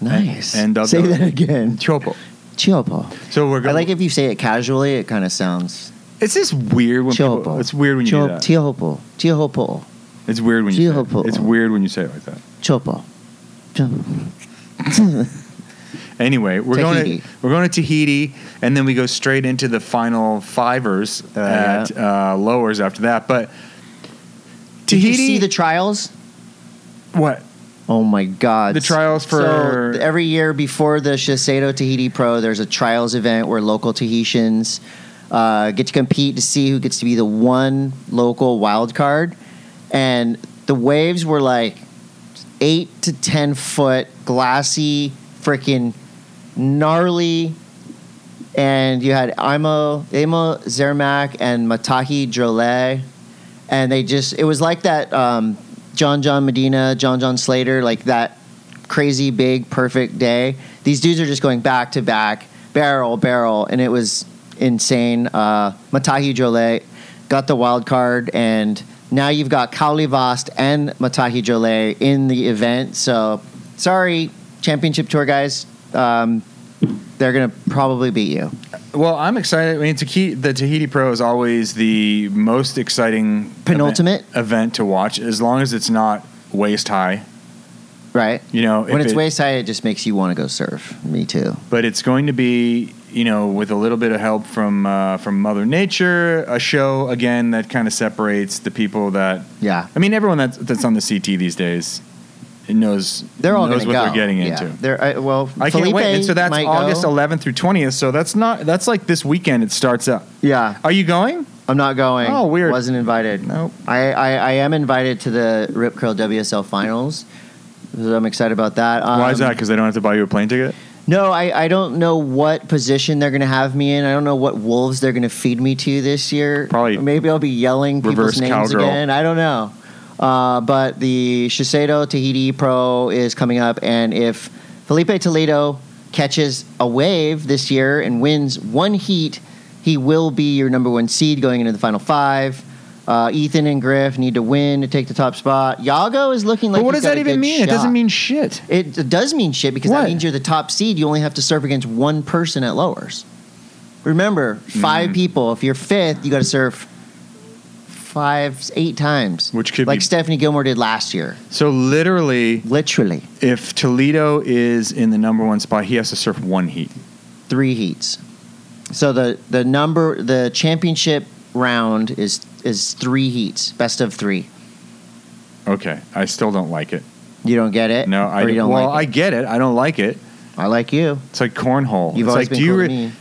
Speaker 2: Nice.
Speaker 1: And- and
Speaker 2: say
Speaker 1: other-
Speaker 2: that again.
Speaker 1: Chopo.
Speaker 2: Chiopo.
Speaker 1: so we're
Speaker 2: I
Speaker 1: going
Speaker 2: like if you say it casually, it kind of sounds.
Speaker 1: it's just weird when people,
Speaker 2: Chiopo.
Speaker 1: it's weird when you do that
Speaker 2: Chiopo. Chiopo.
Speaker 1: it's weird when you say it.
Speaker 2: Chiopo.
Speaker 1: it's weird when you say it like that
Speaker 2: Chiopo. Chiopo.
Speaker 1: anyway we're going
Speaker 2: Tahiti.
Speaker 1: to we're going to tahiti and then we go straight into the final fivers
Speaker 2: Oh,
Speaker 1: at uh, lowers after that but
Speaker 2: Did
Speaker 1: tahiti
Speaker 2: you see the trials?
Speaker 1: what
Speaker 2: Oh my God.
Speaker 1: The trials for-
Speaker 2: So every year before the Shiseido Tahiti Pro, there's a trials event where local Tahitians uh, get to compete to see who gets to be the one local wild card. And the waves were like eight to 10 foot, glassy, freaking gnarly. And you had Imo, Imo Zermak and Mataki Drolet. And they just, it was like that um, John John Medina, John John Slater, like that crazy big perfect day. These dudes are just going back to back, barrel, barrel. And it was insane. Uh, Matahi Drolet got the wild card and now you've got Kauli Vast and Matahi Jole in the event. So sorry, championship tour guys. Um, they're gonna probably beat you.
Speaker 1: well i'm excited i mean tahiti, the tahiti pro is always the most exciting event-
Speaker 2: Penultimate,
Speaker 1: event to watch as long as it's not waist high.
Speaker 2: right?
Speaker 1: You know,
Speaker 2: When
Speaker 1: if
Speaker 2: it's
Speaker 1: it-
Speaker 2: waist high, it just makes you want to go surf. Me too.
Speaker 1: but it's going to be you know, with a little bit of help from uh, from Mother Nature, a show again that kind of separates the people that
Speaker 2: Yeah.
Speaker 1: I mean, everyone that's that's on the CT these days knows
Speaker 2: They're all
Speaker 1: knows what
Speaker 2: gonna go.
Speaker 1: they're getting
Speaker 2: Yeah.
Speaker 1: into.
Speaker 2: They're, I, well,
Speaker 1: I
Speaker 2: Felipe
Speaker 1: can't wait. And so that's
Speaker 2: might
Speaker 1: August
Speaker 2: go.
Speaker 1: 11th through 20th. So that's not that's like this weekend. It starts up.
Speaker 2: Yeah,
Speaker 1: Are you going?
Speaker 2: I'm not going.
Speaker 1: Oh, weird.
Speaker 2: Wasn't invited.
Speaker 1: No.
Speaker 2: I, I, I am invited to the Rip Curl WSL finals. So I'm excited about that. Um,
Speaker 1: Why is that? Because they don't have to buy you a plane ticket.
Speaker 2: No, I, I don't know what position they're going to have me in. I don't know what wolves they're going to feed me to this year.
Speaker 1: Probably
Speaker 2: Maybe I'll be yelling
Speaker 1: reverse
Speaker 2: people's names
Speaker 1: cowgirl.
Speaker 2: again. I don't know. Uh, but the Shiseido Tahiti Pro is coming up, and if Felipe Toledo catches a wave this year and wins one heat, he will be your number one seed going into the final five. Uh, Ethan and Griff need to win to take the top spot. Yago is looking like.
Speaker 1: but what
Speaker 2: he's
Speaker 1: does
Speaker 2: got
Speaker 1: that
Speaker 2: a
Speaker 1: even
Speaker 2: good
Speaker 1: mean? It
Speaker 2: shot.
Speaker 1: doesn't mean shit.
Speaker 2: It it does mean shit because
Speaker 1: What?
Speaker 2: that means you're the top seed. You only have to serve against one person at lowers. Remember,
Speaker 1: Mm-hmm.
Speaker 2: five people. If you're fifth, you got to serve five, eight times,
Speaker 1: Which could
Speaker 2: like
Speaker 1: be-
Speaker 2: Stephanie Gilmore did last year.
Speaker 1: So literally,
Speaker 2: Literally
Speaker 1: if Toledo is in the number one spot, he has to surf one heat.
Speaker 2: three heats. So the the number the championship round is is three heats, best of three.
Speaker 1: Okay, I still don't like it.
Speaker 2: You don't get it.
Speaker 1: No, I
Speaker 2: or you don't
Speaker 1: well,
Speaker 2: like
Speaker 1: I get it. I don't like it.
Speaker 2: it. I like you.
Speaker 1: It's like cornhole.
Speaker 2: You've
Speaker 1: it's like,
Speaker 2: always been
Speaker 1: do you?
Speaker 2: cool
Speaker 1: Re-
Speaker 2: to me.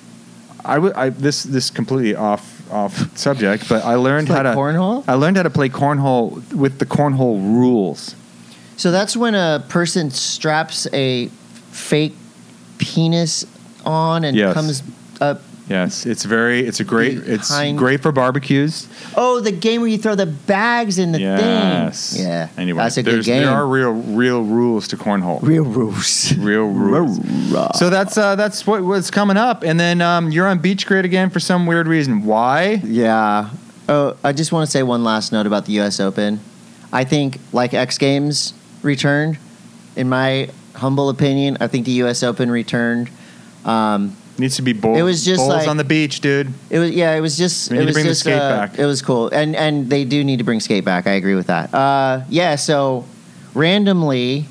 Speaker 1: I would. I this this completely off off subject, but I learned
Speaker 2: It's like
Speaker 1: how to
Speaker 2: cornhole.
Speaker 1: I learned how to play cornhole with the cornhole rules.
Speaker 2: So that's when a person straps a fake penis on and
Speaker 1: Yes.
Speaker 2: comes up.
Speaker 1: Yes, it's very. It's a great. It's
Speaker 2: Behind-
Speaker 1: great for barbecues.
Speaker 2: Oh, the game where you throw the bags in the
Speaker 1: yes.
Speaker 2: thing. Yeah.
Speaker 1: Anyway,
Speaker 2: that's a good
Speaker 1: there's-
Speaker 2: game.
Speaker 1: There are real real rules to cornhole.
Speaker 2: real rules.
Speaker 1: Real rules. So that's uh, that's what, what's coming up, and then um, you're on Beach Grid again for some weird reason. Why?
Speaker 2: Yeah. Oh, I just want to say one last note about the U.S. Open. I think, like X Games returned, in my humble opinion, I think the U.S. Open returned. Um,
Speaker 1: Needs to be bowls.
Speaker 2: It was just
Speaker 1: bowls
Speaker 2: like-
Speaker 1: on the beach, dude.
Speaker 2: It was yeah. It was just.
Speaker 1: We
Speaker 2: it
Speaker 1: need to
Speaker 2: was
Speaker 1: bring the
Speaker 2: just,
Speaker 1: skate
Speaker 2: uh,
Speaker 1: back.
Speaker 2: It was cool, and and they do need to bring skate back. I agree with that. Uh, yeah. So randomly,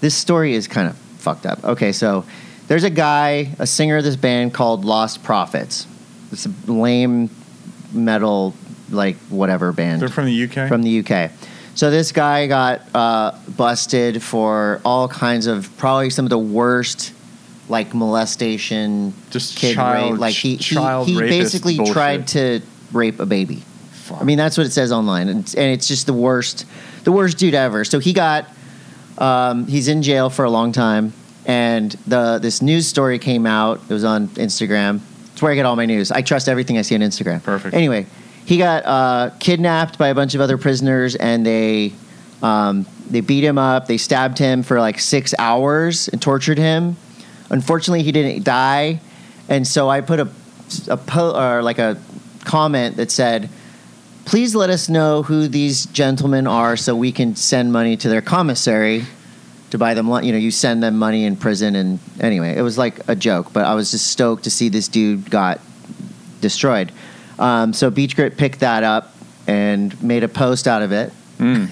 Speaker 2: this story is kind of fucked up. Okay, so there's a guy, a singer of this band called Lost Prophets. It's a lame metal, like whatever band
Speaker 1: They're from the UK.
Speaker 2: from the UK. So this guy got uh, busted for all kinds of probably some of the worst like molestation,
Speaker 1: Just
Speaker 2: kid
Speaker 1: child-
Speaker 2: rape. Like he
Speaker 1: child
Speaker 2: he, he
Speaker 1: rapist
Speaker 2: basically
Speaker 1: bullshit.
Speaker 2: tried to rape a baby.
Speaker 1: Fuck.
Speaker 2: I mean that's what it says online, and, it's- and it's just the worst, the worst dude ever. So he got um, he's in jail for a long time, and the this news story came out. It was on Instagram. It's where I get all my news. I trust everything I see on Instagram.
Speaker 1: Perfect.
Speaker 2: Anyway, he got uh, kidnapped by a bunch of other prisoners, and they um, they beat him up. They stabbed him for like six hours and tortured him. Unfortunately, he didn't die, and so I put a a po- or like a comment that said, "Please let us know who these gentlemen are, so we can send money to their commissary to buy them. Lunch. You know, you send them money in prison, and anyway, it was like a joke. But I was just stoked to see this dude got destroyed. Um, so Beach Grit picked that up and made a post out of it.
Speaker 1: Hmm.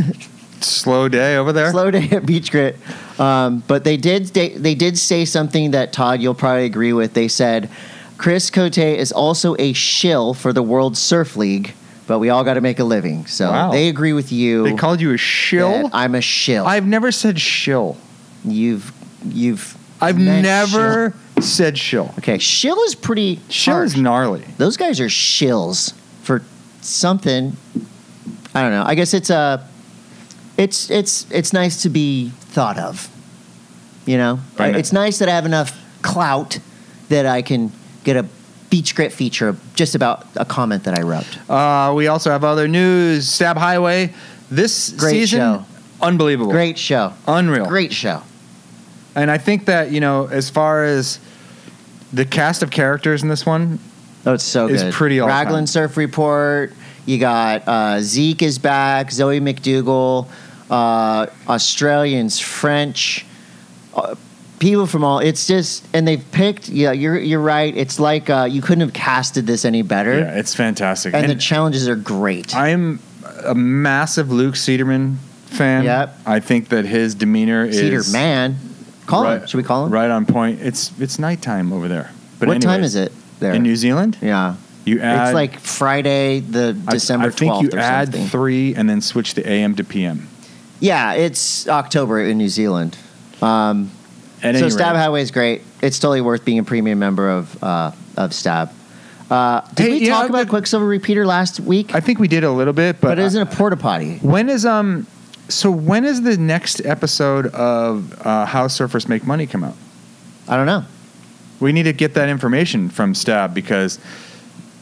Speaker 1: Slow day over there.
Speaker 2: Slow day at Beach Grit. Um, but they did they, they did say something that Todd you'll probably agree with. They said Chris Cote is also a shill for the World Surf League, but we all got to make a living. So
Speaker 1: Wow.
Speaker 2: they agree with you.
Speaker 1: They called you a
Speaker 2: that
Speaker 1: shill.
Speaker 2: I'm a shill.
Speaker 1: I've never said shill.
Speaker 2: you've you've
Speaker 1: I've
Speaker 2: meant
Speaker 1: never said shill.
Speaker 2: Okay, shill is pretty.
Speaker 1: Shill
Speaker 2: harsh.
Speaker 1: is gnarly.
Speaker 2: Those guys are shills for something. I don't know. I guess it's a. It's it's it's nice to be thought of. You know,
Speaker 1: By
Speaker 2: Uh,
Speaker 1: no-
Speaker 2: it's nice that I have enough clout that I can get a beach grit feature just about a comment that I wrote.
Speaker 1: Uh, we also have other news. Stab Highway. This
Speaker 2: Great
Speaker 1: season,
Speaker 2: show.
Speaker 1: unbelievable,
Speaker 2: Great show.
Speaker 1: unreal,
Speaker 2: Great show.
Speaker 1: And I think that you know, as far as the cast of characters in this one,
Speaker 2: Oh, it's so
Speaker 1: It's
Speaker 2: good.
Speaker 1: pretty all-time.
Speaker 2: Raglan Surf Report. You got uh, Zeke is back. Zoe McDougal. Uh, Australians, French, uh, people from all. It's just and they've picked. Yeah, you're you're right. It's like uh, you couldn't have casted this any better.
Speaker 1: yeah, it's fantastic.
Speaker 2: And,
Speaker 1: And,
Speaker 2: the challenges are great.
Speaker 1: I'm a massive Luke Cederman fan.
Speaker 2: Yep.
Speaker 1: I think that his demeanor
Speaker 2: Cedar
Speaker 1: is
Speaker 2: Man, call him.
Speaker 1: Right-
Speaker 2: Should we call him?
Speaker 1: right on point. It's it's nighttime over there. But
Speaker 2: what time
Speaker 1: anyways,
Speaker 2: is it there?
Speaker 1: in New Zealand?
Speaker 2: yeah,
Speaker 1: You add
Speaker 2: it's like Friday, the
Speaker 1: I-
Speaker 2: December
Speaker 1: I think you
Speaker 2: twelfth or
Speaker 1: add
Speaker 2: something.
Speaker 1: three and then switch the AM to PM.
Speaker 2: yeah, it's October in New Zealand. Um,
Speaker 1: At
Speaker 2: so
Speaker 1: any
Speaker 2: Stab
Speaker 1: rate.
Speaker 2: Highway is great. It's totally worth being a premium member of uh, of Stab. Uh, did
Speaker 1: Hey,
Speaker 2: we
Speaker 1: you
Speaker 2: talk
Speaker 1: know,
Speaker 2: about
Speaker 1: the-
Speaker 2: Quicksilver Repeater last week?
Speaker 1: I think we did a little bit, but,
Speaker 2: but it isn't a porta potty.
Speaker 1: when is um so when is the next episode of uh, How Surfers Make Money come out?
Speaker 2: I don't know.
Speaker 1: We need to get that information from Stab because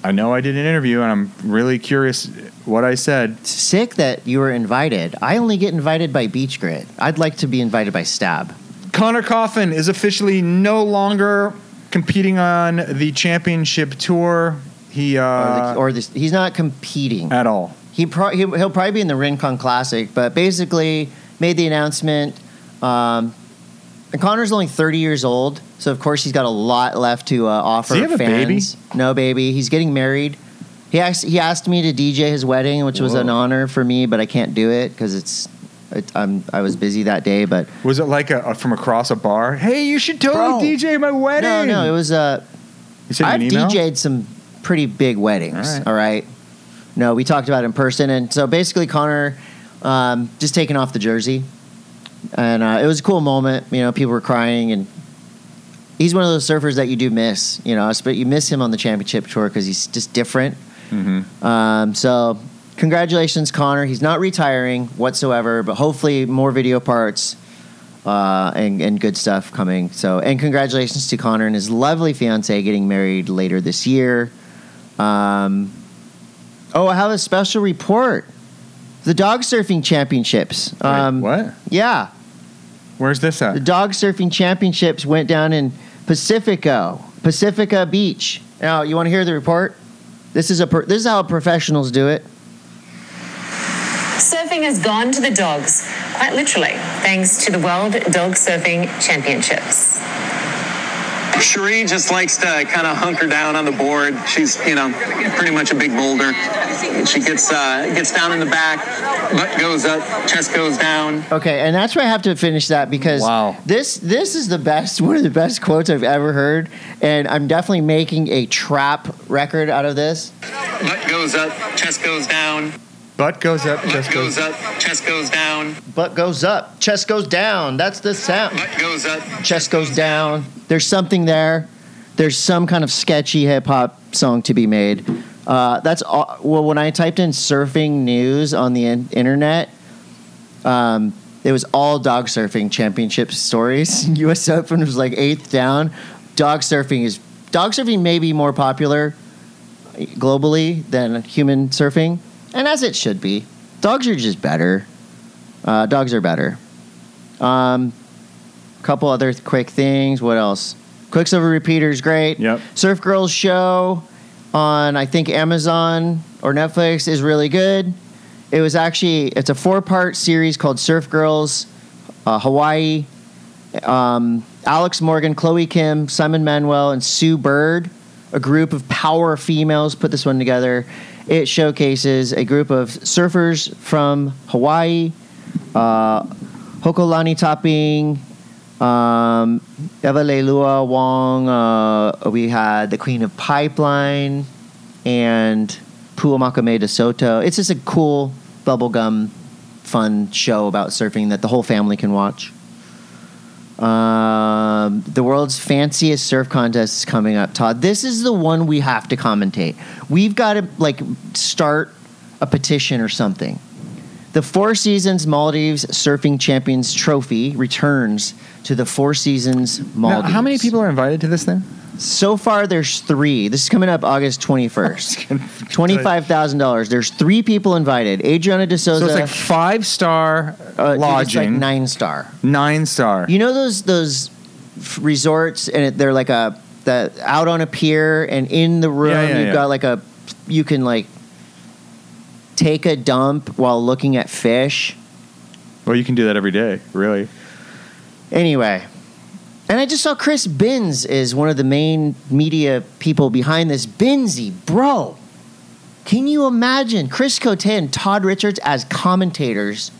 Speaker 1: I know I did an interview and I'm really curious what I said.
Speaker 2: It's sick that you were invited. I only get invited by Beach Grit. I'd like to be invited by Stab.
Speaker 1: Connor Coffin is officially no longer competing on the championship tour. He uh,
Speaker 2: or, the, or Oh, the, he's not competing.
Speaker 1: at all.
Speaker 2: He pro- he- he'll probably be in the Rincon Classic, but basically made the announcement. Um, and Connor's only 30 years old, so of course he's got a lot left to uh, offer.
Speaker 1: Does he have a baby?
Speaker 2: fans. No baby. He's getting married. He asked he asked me to DJ his wedding, which was
Speaker 1: Whoa.
Speaker 2: an honor for me, but I can't do it because it's. It, I'm, I was busy that day, but
Speaker 1: Was it like a, a- from across a bar? Hey, you should totally
Speaker 2: Bro.
Speaker 1: DJ my wedding.
Speaker 2: no, no, it was uh,
Speaker 1: You sent
Speaker 2: I've
Speaker 1: me an email?
Speaker 2: DJ'd some pretty big weddings. All
Speaker 1: All right.
Speaker 2: right. No, we talked about it in person, and so basically Connor um, just taking off the jersey, and uh, it was a cool moment. You know, people were crying, and he's one of those surfers that you do miss. You know, but you miss him on the championship tour because he's just different.
Speaker 1: Mhm.
Speaker 2: Um, so, congratulations, Connor. He's not retiring whatsoever, but hopefully more video parts uh, and, and good stuff coming. So, and congratulations to Connor and his lovely fiance getting married later this year. Um, oh, I have a special report. The dog surfing championships.
Speaker 1: Wait,
Speaker 2: Um,
Speaker 1: what?
Speaker 2: Yeah,
Speaker 1: Where's this at?
Speaker 2: the dog surfing championships went down in Pacifico, Pacifica Beach. Now, you want to hear the report? This is a pro- this is how professionals do it.
Speaker 3: Surfing has gone to the dogs, quite literally, thanks to the World Dog Surfing Championships.
Speaker 4: Cherie just likes to kind of hunker down on the board. She's, you know, pretty much a big boulder. She gets uh, gets down in the back, butt goes up, chest goes down.
Speaker 2: Okay, and that's where I have to finish that because
Speaker 1: Wow.
Speaker 2: this this is the best one of the best quotes I've ever heard, and I'm definitely making a trap record out of this.
Speaker 4: Butt goes up, chest goes down.
Speaker 1: Butt goes up,
Speaker 4: Butt
Speaker 1: chest
Speaker 4: goes
Speaker 1: goes.
Speaker 4: up, chest goes down.
Speaker 2: Butt goes up, chest goes down. That's the sound.
Speaker 4: Butt goes up.
Speaker 2: Chest goes down. There's something there. There's some kind of sketchy hip hop song to be made. Uh, that's all, well. When I typed in surfing news on the in- internet, um, it was all dog surfing championship stories. U.S. Open was like eighth down. Dog surfing is dog surfing may be more popular globally than human surfing, and as it should be. Dogs are just better. Uh, dogs are better. Um, couple other quick things. What else? Quicksilver repeaters, great.
Speaker 1: Yep.
Speaker 2: Surf Girls show on I think Amazon or Netflix is really good. It was actually it's a four part series called Surf Girls, uh, Hawaii. Um, Alex Morgan, Chloe Kim, Simon Manuel, and Sue Bird, a group of power females, put this one together. It showcases a group of surfers from Hawaii, uh, Hokolani Topping, um, Evalelua Wong. Uh, we had the Queen of Pipeline and Puamakame de Soto. It's just a cool bubblegum fun show about surfing that the whole family can watch. Um, the world's fanciest surf contest is coming up, Todd. This is the one we have to commentate. We've got to like start a petition or something. The Four Seasons Maldives Surfing Champions Trophy returns to the Four Seasons
Speaker 1: Now,
Speaker 2: Maldives.
Speaker 1: how many people are invited to this thing?
Speaker 2: So far, there's three. This is coming up August 21st. $25,000. There's three people invited. Adriana De
Speaker 1: So
Speaker 2: Souza,
Speaker 1: it's like five star
Speaker 2: uh, dude, it's like
Speaker 1: lodging, nine,
Speaker 2: nine star.
Speaker 1: star.
Speaker 2: You know those those f- resorts, and it, they're like a the out on a pier, and in the room
Speaker 1: Yeah, yeah,
Speaker 2: you've
Speaker 1: yeah.
Speaker 2: got like a you can like take a dump while looking at fish.
Speaker 1: well, you can do that every day, really.
Speaker 2: Anyway, and I just saw Chris Binns is one of the main media people behind this. Binsey, bro, can you imagine Chris Cote and Todd Richards as commentators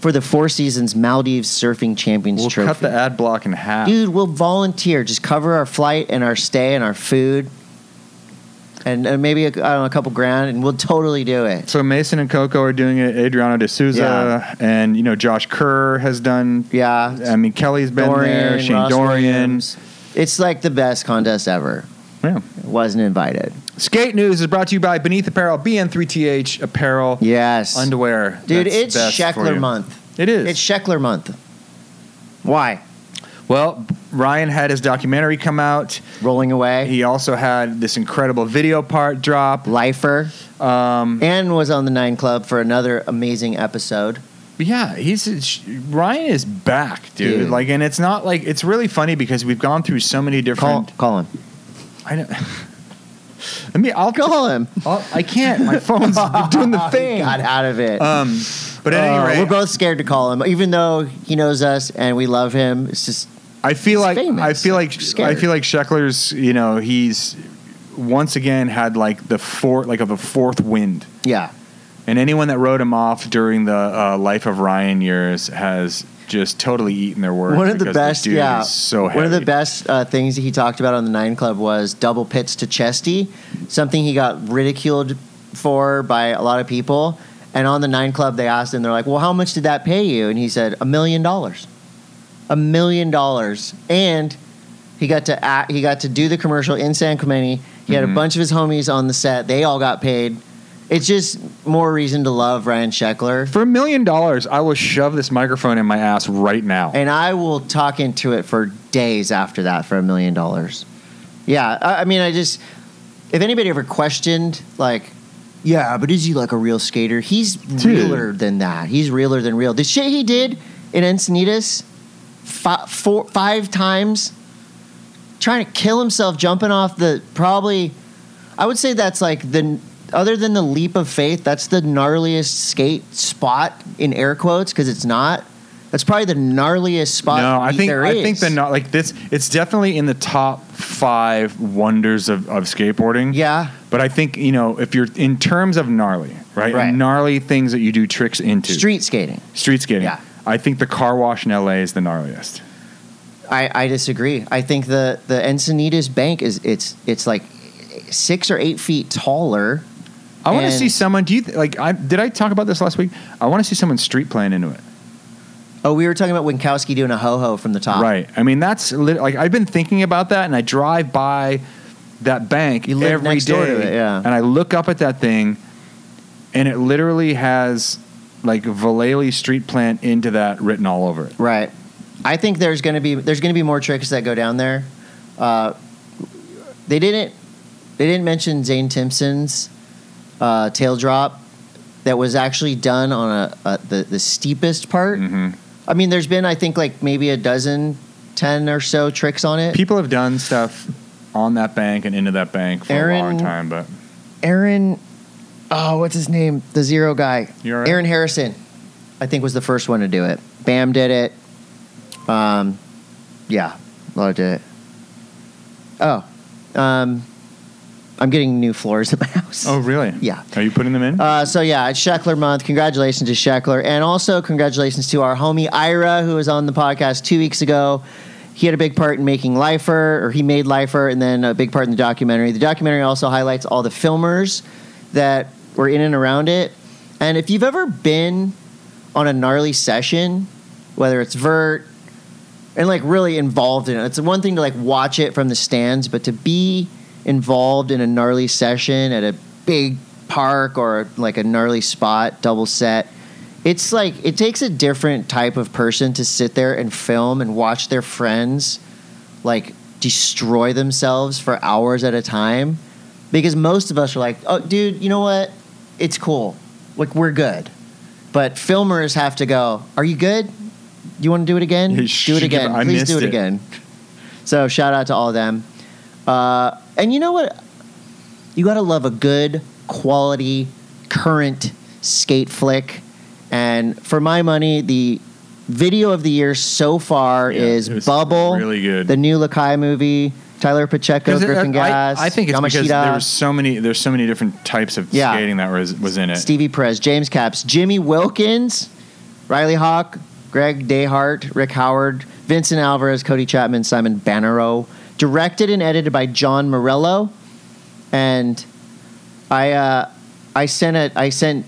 Speaker 2: for the Four Seasons Maldives Surfing Champions
Speaker 1: We'll
Speaker 2: Trophy.
Speaker 1: cut the ad block in half.
Speaker 2: Dude, we'll volunteer. Just cover our flight and our stay and our food, and, and maybe a, I don't know, a couple grand, and we'll totally do it.
Speaker 1: So Mason and Coco are doing it. Adriano de Souza and you know Josh Kerr has done.
Speaker 2: Yeah,
Speaker 1: I mean Kelly's been there. Shane
Speaker 2: Ross
Speaker 1: Dorian.
Speaker 2: Williams. It's like the best contest ever.
Speaker 1: Yeah.
Speaker 2: Wasn't invited.
Speaker 1: Skate news is brought to you by Beneath Apparel, BN3TH Apparel
Speaker 2: Yes,
Speaker 1: underwear.
Speaker 2: dude,
Speaker 1: That's
Speaker 2: it's
Speaker 1: best for
Speaker 2: Sheckler
Speaker 1: you.
Speaker 2: month.
Speaker 1: It is.
Speaker 2: It's Sheckler month. Why?
Speaker 1: well, Ryan had his documentary come out.
Speaker 2: Rolling away.
Speaker 1: He also had this incredible video part drop.
Speaker 2: lifer,
Speaker 1: Um,
Speaker 2: and was on the Nine Club for another amazing episode.
Speaker 1: but yeah, he's Ryan is back, dude.
Speaker 2: Dude.
Speaker 1: Like, and it's not like it's really funny because we've gone through so many
Speaker 2: Call,
Speaker 1: different.
Speaker 2: call him.
Speaker 1: I know. I mean, I'll
Speaker 2: Call him.
Speaker 1: I'll, I can't. My phone's doing the thing.
Speaker 2: Got out of it.
Speaker 1: Um, but at
Speaker 2: Uh,
Speaker 1: any
Speaker 2: we're
Speaker 1: rate,
Speaker 2: both scared to call him, even though he knows us and we love him. It's just
Speaker 1: I feel
Speaker 2: he's
Speaker 1: like
Speaker 2: famous.
Speaker 1: I feel like
Speaker 2: I'm scared.
Speaker 1: I feel like Sheckler's. You know, he's once again had like the fourth, like of a fourth wind.
Speaker 2: yeah.
Speaker 1: And anyone that wrote him off during the uh, life of Ryan years has just totally eaten their words.
Speaker 2: One of the
Speaker 1: because this
Speaker 2: best,
Speaker 1: dude
Speaker 2: yeah.
Speaker 1: is so heavy.
Speaker 2: One of the best uh, things that he talked about on the Nine Club was double pits to chesty, something he got ridiculed for by a lot of people. And on the Nine Club, they asked him, they're like, "Well, how much did that pay you?" And he said, "A million dollars, a million dollars." And he got to act, he got to do the commercial in San Clemente. He had a
Speaker 1: Mhm.
Speaker 2: bunch of his homies on the set. They all got paid. It's just more reason to love Ryan Sheckler.
Speaker 1: For a million dollars, I will shove this microphone in my ass right now.
Speaker 2: And I will talk into it for days after that for a million dollars. Yeah, I, I mean, I just, if anybody ever questioned, like, yeah, but is he like a real skater? He's realer than that. He's realer than real. The shit he did in Encinitas fi- four, five times, trying to kill himself, jumping off the probably, I would say that's like the, other than the leap of faith, that's the gnarliest skate spot in air quotes because it's not. That's probably the gnarliest spot.
Speaker 1: no, I think
Speaker 2: there
Speaker 1: I think
Speaker 2: is.
Speaker 1: the not like this. It's definitely in the top five wonders of, of skateboarding.
Speaker 2: yeah,
Speaker 1: But I think you know if you're in terms of gnarly, right?
Speaker 2: Right.
Speaker 1: Gnarly things that you do tricks into
Speaker 2: street skating.
Speaker 1: street skating.
Speaker 2: Yeah.
Speaker 1: I think the car wash in LA is the gnarliest.
Speaker 2: I, I disagree. I think the the Encinitas Bank is it's it's like six or eight feet taller.
Speaker 1: I want to
Speaker 2: And-
Speaker 1: see someone. Do you th- like? I, did I talk about this last week? I want to see someone street playing into it.
Speaker 2: Oh, we were talking about Winkowski doing a ho ho from the top.
Speaker 1: Right. I mean, that's lit- like I've been thinking about that, and I drive by that bank
Speaker 2: You live
Speaker 1: every
Speaker 2: next
Speaker 1: day,
Speaker 2: door to it, yeah.
Speaker 1: and I look up at that thing, and it literally has like Vallely street plant into that written all over it.
Speaker 2: Right. I think there's going to be there's going to be more tricks that go down there. Uh, they didn't they didn't mention Zane Timpson's uh, tail drop that was actually done on a, a the the steepest part.
Speaker 1: Mhm.
Speaker 2: I mean, there's been I think like maybe a dozen, ten or so tricks on it.
Speaker 1: People have done stuff on that bank and into that bank for
Speaker 2: Aaron-
Speaker 1: a long time, but
Speaker 2: Aaron, oh, what's his name? The zero guy.
Speaker 1: You're all right?
Speaker 2: Aaron Harrison, I think, was the first one to do it. Bam did it. Um, yeah, Laura did it. Oh, um, I'm getting new floors at my house.
Speaker 1: Oh, really?
Speaker 2: Yeah.
Speaker 1: Are you putting them in?
Speaker 2: Uh, so yeah, it's Sheckler month. Congratulations to Sheckler, and also congratulations to our homie Ira, who was on the podcast two weeks ago. He had a big part in making Lifer, or he made Lifer, and then a big part in the documentary. The documentary also highlights all the filmers that were in and around it. And if you've ever been on a gnarly session, whether it's vert and like really involved in it, it's one thing to like watch it from the stands, but to be involved in a gnarly session at a big park or like a gnarly spot, double set. It's like it takes a different type of person to sit there and film and watch their friends like destroy themselves for hours at a time because most of us are like, "Oh, dude, you know what? It's cool. Like we're good." But filmers have to go, "Are you good? You want to do it again?
Speaker 1: You
Speaker 2: do
Speaker 1: should
Speaker 2: it
Speaker 1: give-
Speaker 2: again.
Speaker 1: I
Speaker 2: Please
Speaker 1: missed
Speaker 2: do it,
Speaker 1: it."
Speaker 2: again." So, shout out to all of them. Uh, and you know what? you got to love a good quality current skate flick and for my money the video of the year so far
Speaker 1: Yeah,
Speaker 2: is
Speaker 1: it was
Speaker 2: bubble
Speaker 1: really good.
Speaker 2: the new lakai movie tyler pacheco
Speaker 1: 'Cause it- uh,
Speaker 2: griffin
Speaker 1: I,
Speaker 2: gas
Speaker 1: I think it's because
Speaker 2: Yamashita,
Speaker 1: there's so many there's so many different types of
Speaker 2: Yeah.
Speaker 1: skating that was was in it.
Speaker 2: stevie perez james caps jimmy wilkins Riley Hawk, Greg Dehart, Rick Howard, Vincent Alvarez, Cody Chapman, Simon Bannero. Directed and edited by John Morello. And I uh, I sent it I sent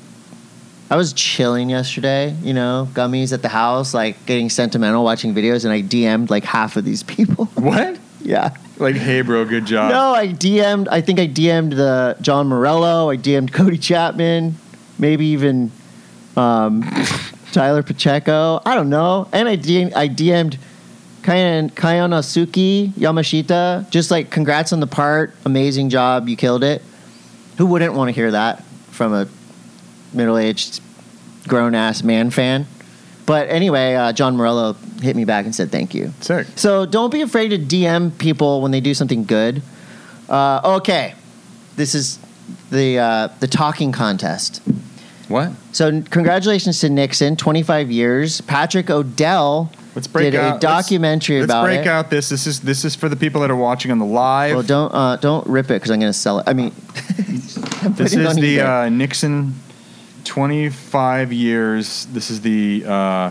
Speaker 2: I was chilling yesterday, you know, gummies at the house, like getting sentimental watching videos, and I DM'd like half of these people.
Speaker 1: What?
Speaker 2: yeah.
Speaker 1: Like, hey, bro, good job.
Speaker 2: No, I DM'd. I think I DM'd the John Morello. I DM'd Cody Chapman. Maybe even um, Tyler Pacheco. I don't know. And I DM'd, I DM'd Kayan Kayanosuke Yamashita. Just like congrats on the part. Amazing job. You killed it. Who wouldn't want to hear that from a middle-aged, grown-ass man fan? But anyway, uh, John Morello hit me back and said thank you.
Speaker 1: Sick.
Speaker 2: So don't be afraid to DM people when they do something good. Uh, okay, this is the uh, the talking contest.
Speaker 1: What?
Speaker 2: So n- congratulations to Nixon, 25 years. Patrick Odell
Speaker 1: Let's break
Speaker 2: did
Speaker 1: out.
Speaker 2: a documentary
Speaker 1: let's,
Speaker 2: about
Speaker 1: Let's break
Speaker 2: it.
Speaker 1: out this. This is this is for the people that are watching on the live.
Speaker 2: Well, don't uh, don't rip it because I'm going to sell it. I mean, I'm
Speaker 1: this
Speaker 2: putting it
Speaker 1: is
Speaker 2: on
Speaker 1: the
Speaker 2: eBay.
Speaker 1: uh, Nixon 25 years. This is the uh,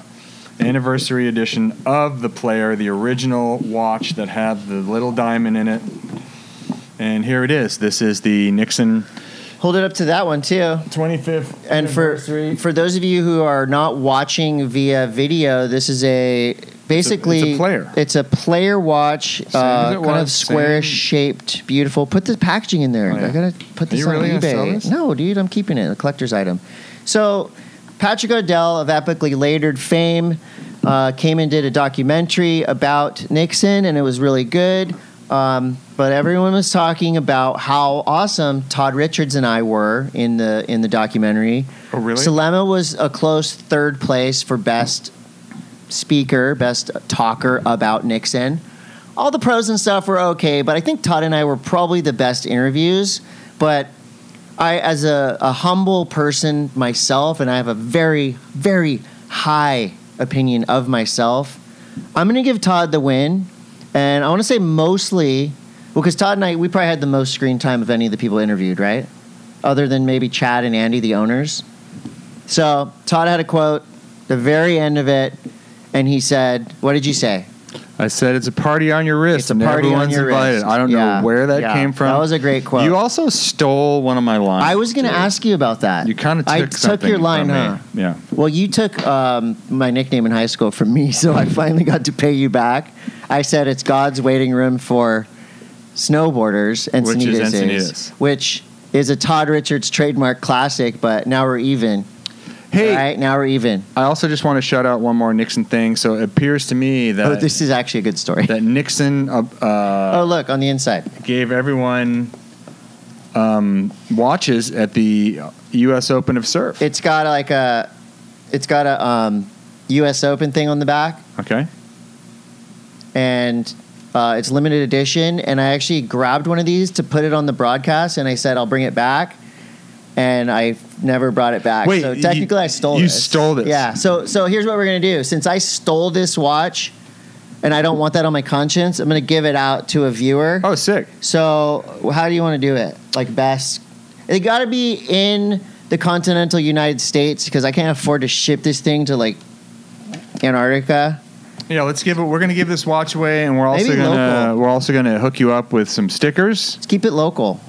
Speaker 1: anniversary edition of the player, the original watch that had the little diamond in it. And here it is. This is the Nixon
Speaker 2: hold it up to that one too.
Speaker 1: 25th
Speaker 2: And for
Speaker 1: anniversary.
Speaker 2: for those of you who are not watching via video, this is a basically
Speaker 1: it's a player.
Speaker 2: It's a player watch, uh,
Speaker 1: as it
Speaker 2: kind
Speaker 1: was,
Speaker 2: of squarish shaped, beautiful. Put the packaging in there.
Speaker 1: Oh, yeah.
Speaker 2: I gotta put
Speaker 1: Are
Speaker 2: this
Speaker 1: you
Speaker 2: on
Speaker 1: really
Speaker 2: eBay.
Speaker 1: gonna sell this?
Speaker 2: No, dude, I'm keeping it. A collector's item. So, Patrick Odell of epically latered fame uh, came and did a documentary about Nixon, and it was really good. Um, but everyone was talking about how awesome Todd Richards and I were in the in the documentary.
Speaker 1: oh, really?
Speaker 2: Salema was a close third place for best speaker, best talker about Nixon. All the pros and stuff were okay, but I think Todd and I were probably the best interviews. But I, as a, a humble person myself, and I have a very, very high opinion of myself, I'm going to give Todd the win. And I want to say mostly, well, because Todd and I, we probably had the most screen time of any of the people interviewed, right? Other than maybe Chad and Andy, the owners. So Todd had a quote, the very end of it, and he said, "What did you say?"
Speaker 1: I said it's a party on your wrist.
Speaker 2: It's a
Speaker 1: and
Speaker 2: party on
Speaker 1: everyone's
Speaker 2: your
Speaker 1: invited.
Speaker 2: wrist.
Speaker 1: I don't
Speaker 2: Yeah.
Speaker 1: know where that
Speaker 2: Yeah.
Speaker 1: came from.
Speaker 2: That was a great quote.
Speaker 1: You also stole one of my lines.
Speaker 2: I was going to
Speaker 1: dude.
Speaker 2: ask you about that.
Speaker 1: You kind of took
Speaker 2: I took
Speaker 1: something
Speaker 2: your line,
Speaker 1: from me.
Speaker 2: huh?
Speaker 1: Yeah.
Speaker 2: Well, you took um, my nickname in high school from me, so I finally got to pay you back. I said it's God's waiting room for snowboarders,
Speaker 1: Which
Speaker 2: Encinitas
Speaker 1: is
Speaker 2: is,
Speaker 1: Encinitas.
Speaker 2: which is a Todd Richards trademark classic. But now we're even.
Speaker 1: Hey,
Speaker 2: all right, now we're even.
Speaker 1: I also just want to shout out one more Nixon thing. So it appears to me that
Speaker 2: oh, this is actually a good story.
Speaker 1: that Nixon uh, uh,
Speaker 2: oh, look on the inside.
Speaker 1: gave everyone um, watches at the U.S. Open of Surf.
Speaker 2: It's got like a, it's got a um, U.S. Open thing on the back,
Speaker 1: Okay,
Speaker 2: and uh, it's limited edition. And I actually grabbed one of these to put it on the broadcast, and I said I'll bring it back, and I never brought it back.
Speaker 1: Wait,
Speaker 2: so
Speaker 1: you-
Speaker 2: technically, I stole.
Speaker 1: you
Speaker 2: this.
Speaker 1: stole this.
Speaker 2: Yeah. So so here's what we're gonna do. Since I stole this watch, and I don't want that on my conscience, I'm gonna give it out to a viewer.
Speaker 1: oh sick.
Speaker 2: So, how do you want to do it? Like best, it got to be in the continental United States because I can't afford to ship this thing to like Antarctica.
Speaker 1: Yeah, let's give it. We're gonna give this watch away, and we're also
Speaker 2: Maybe
Speaker 1: gonna
Speaker 2: local.
Speaker 1: we're also gonna hook you up with some stickers.
Speaker 2: Let's keep it local.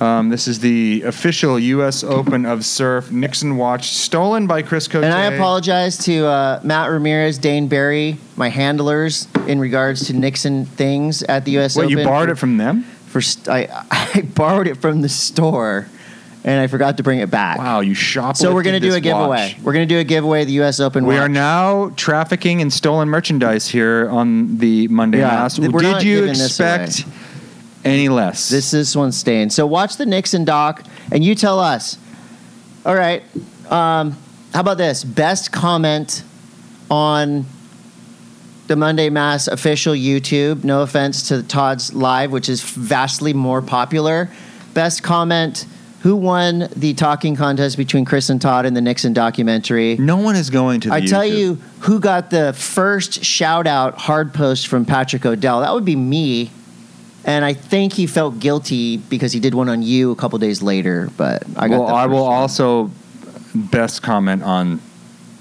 Speaker 1: Um, this is the official U.S. Open of Surf Nixon watch stolen by Chris Cote.
Speaker 2: And I apologize to uh, Matt Ramirez, Dane Barry, my handlers in regards to Nixon things at the U.S.
Speaker 1: Wait,
Speaker 2: Open.
Speaker 1: you borrowed it from them?
Speaker 2: for st- I, I borrowed it from the store, and I forgot to bring it back.
Speaker 1: Wow, you shoplifted.
Speaker 2: So we're gonna do
Speaker 1: this
Speaker 2: a giveaway.
Speaker 1: watch.
Speaker 2: We're gonna do a giveaway. of The U.S. Open.
Speaker 1: We
Speaker 2: watch.
Speaker 1: are now trafficking in stolen merchandise here on the Monday
Speaker 2: Yeah,
Speaker 1: Mass.
Speaker 2: th- we're
Speaker 1: Did
Speaker 2: not
Speaker 1: you
Speaker 2: giving this away.
Speaker 1: expect any less?
Speaker 2: This this one's staying. So watch the Nixon doc, and you tell us. All right. Um, how about this? Best comment on the Monday Mass official YouTube. No offense to Todd's live, which is vastly more popular. Best comment. Who won the talking contest between Chris and Todd in the Nixon documentary?
Speaker 1: no one is going to. The
Speaker 2: I tell
Speaker 1: YouTube.
Speaker 2: you who got the first shout out hard post from Patrick Odell. That would be me. And I think he felt guilty because he did one on you a couple days later. But I got
Speaker 1: well,
Speaker 2: the
Speaker 1: I
Speaker 2: first
Speaker 1: will
Speaker 2: one.
Speaker 1: also best comment on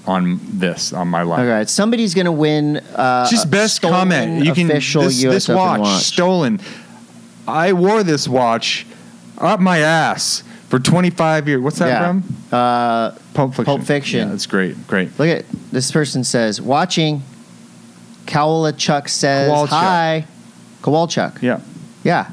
Speaker 1: on this on my life.
Speaker 2: All right, somebody's gonna win. Uh,
Speaker 1: Just
Speaker 2: a
Speaker 1: best
Speaker 2: stolen
Speaker 1: comment you can
Speaker 2: official
Speaker 1: this,
Speaker 2: US
Speaker 1: this
Speaker 2: Open
Speaker 1: watch, stolen. I wore this watch up my ass for 25 years. What's that
Speaker 2: Yeah.
Speaker 1: from?
Speaker 2: Uh,
Speaker 1: Pulp Fiction.
Speaker 2: Pulp Fiction.
Speaker 1: Yeah, that's great. Great.
Speaker 2: look at this person says watching. Kowalchuk says
Speaker 1: Kowalchuk.
Speaker 2: hi. Kowalchuk.
Speaker 1: Yeah.
Speaker 2: Yeah.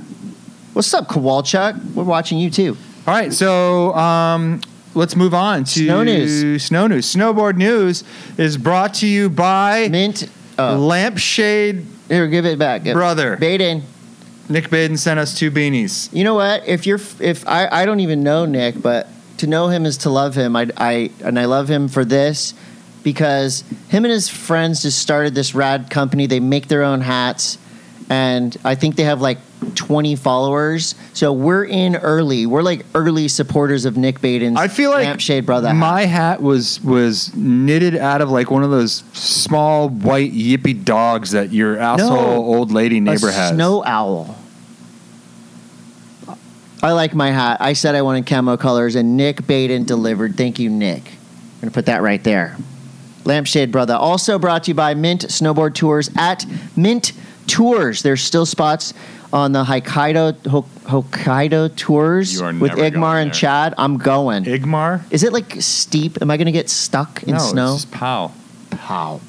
Speaker 2: What's up, Kowalchuk? We're watching you too.
Speaker 1: All right, so um, let's move on to
Speaker 2: Snow news.
Speaker 1: Snow news. Snowboard news is brought to you by
Speaker 2: Mint. Uh,
Speaker 1: Lampshade
Speaker 2: here, give it back. Give it-
Speaker 1: Brother.
Speaker 2: Baden.
Speaker 1: Nick Baden sent us two beanies.
Speaker 2: You know what? If you're, if I, I don't even know Nick, but to know him is to love him. I, I, and I love him for this because him and his friends just started this rad company. They make their own hats, and I think they have like 20 followers. So we're in early. We're like early supporters of Nick Baden's.
Speaker 1: I feel like
Speaker 2: lampshade brother. hat.
Speaker 1: My hat was was knitted out of like one of those small white yippy dogs that your asshole old lady neighbor
Speaker 2: a
Speaker 1: has.
Speaker 2: Snow owl. I like my hat. I said I wanted camo colors, and Nick Baden delivered. Thank you, Nick. I'm gonna put that right there. Lampshade Brother. Also brought to you by Mint Snowboard Tours at Mint Tours. There's still spots on the Hokkaido Hok- Hokkaido Tours
Speaker 1: You are
Speaker 2: with
Speaker 1: never
Speaker 2: Igmar
Speaker 1: going
Speaker 2: and
Speaker 1: there.
Speaker 2: Chad. I'm going.
Speaker 1: Igmar?
Speaker 2: Is it like steep? Am I gonna get stuck in
Speaker 1: no,
Speaker 2: snow?
Speaker 1: It's just pow.
Speaker 2: Pow.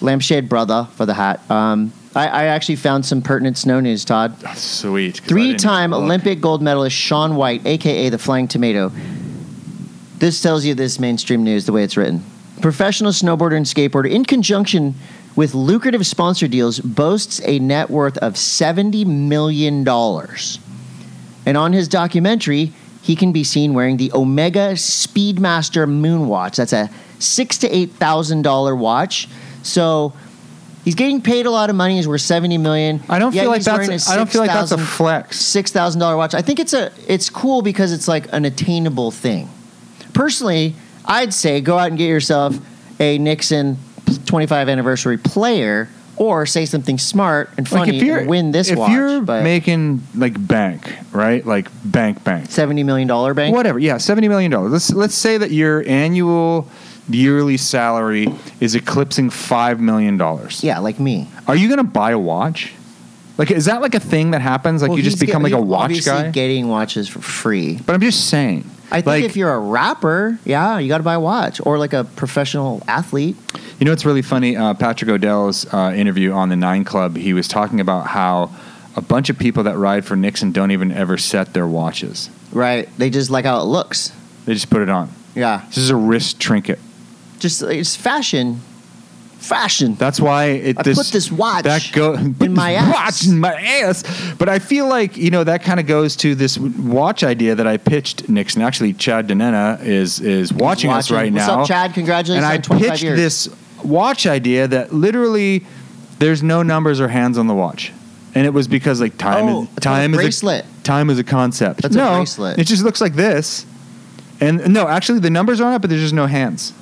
Speaker 2: Lampshade brother for the hat. Um, I, I actually found some pertinent snow news, Todd.
Speaker 1: That's sweet. 'cause I didn't
Speaker 2: Three time
Speaker 1: look.
Speaker 2: Olympic gold medalist Sean White, aka the Flying Tomato. This tells you this mainstream news the way it's written. Professional snowboarder and skateboarder, in conjunction with lucrative sponsor deals, boasts a net worth of $70 million. And on his documentary, he can be seen wearing the Omega Speedmaster Moonwatch. That's a six to eight thousand dollar watch. So he's getting paid a lot of money. He's worth seventy million.
Speaker 1: I don't
Speaker 2: Yet
Speaker 1: feel like
Speaker 2: he's wearing
Speaker 1: that's
Speaker 2: a
Speaker 1: I I don't feel like that's a
Speaker 2: 6,000
Speaker 1: flex.
Speaker 2: six thousand dollar watch. I think it's a it's cool because it's like an attainable thing. Personally, I'd say go out and get yourself a Nixon 25th anniversary player, or say something smart and funny and win this
Speaker 1: if
Speaker 2: watch.
Speaker 1: you're
Speaker 2: but
Speaker 1: making like bank, right? Like bank bank.
Speaker 2: seventy million dollar bank.
Speaker 1: Whatever. Yeah, seventy million dollars. Let's let's say that your annual yearly salary is eclipsing five million dollars.
Speaker 2: Yeah, like me.
Speaker 1: Are you gonna buy a watch? Like, is that like a thing that happens? Like,
Speaker 2: Well,
Speaker 1: you just
Speaker 2: he's
Speaker 1: become
Speaker 2: get-
Speaker 1: like a
Speaker 2: he's
Speaker 1: watch
Speaker 2: obviously
Speaker 1: guy?
Speaker 2: Getting watches for free.
Speaker 1: but I'm just saying.
Speaker 2: I think
Speaker 1: Like-
Speaker 2: if you're a rapper, yeah, you got to buy a watch, or like a professional athlete.
Speaker 1: You know, it's really funny. Uh, Patrick Odell's uh, interview on the Nine Club, he was talking about how a bunch of people that ride for Nixon don't even ever set their watches.
Speaker 2: Right? They just like how it looks.
Speaker 1: They just put it on.
Speaker 2: Yeah,
Speaker 1: This is a wrist trinket.
Speaker 2: just it's fashion. Fashion.
Speaker 1: That's why it.
Speaker 2: I put this watch
Speaker 1: that go put
Speaker 2: in
Speaker 1: this
Speaker 2: my ass.
Speaker 1: watch in my ass. But I feel like you know that kind of goes to this w- watch idea that I pitched Nixon. Actually, Chad Denena is is watching, us
Speaker 2: watching.
Speaker 1: right
Speaker 2: What's
Speaker 1: now.
Speaker 2: up, Chad? Congratulations
Speaker 1: And I
Speaker 2: on 25
Speaker 1: pitched
Speaker 2: years.
Speaker 1: this watch idea that literally there's no numbers or hands on the watch, and it was because like time
Speaker 2: Oh,
Speaker 1: is
Speaker 2: it's
Speaker 1: time
Speaker 2: like a
Speaker 1: is
Speaker 2: bracelet.
Speaker 1: a, time is a concept.
Speaker 2: That's a
Speaker 1: no,
Speaker 2: bracelet.
Speaker 1: it just looks like this. And no, actually, the numbers are on it, but there's just no hands.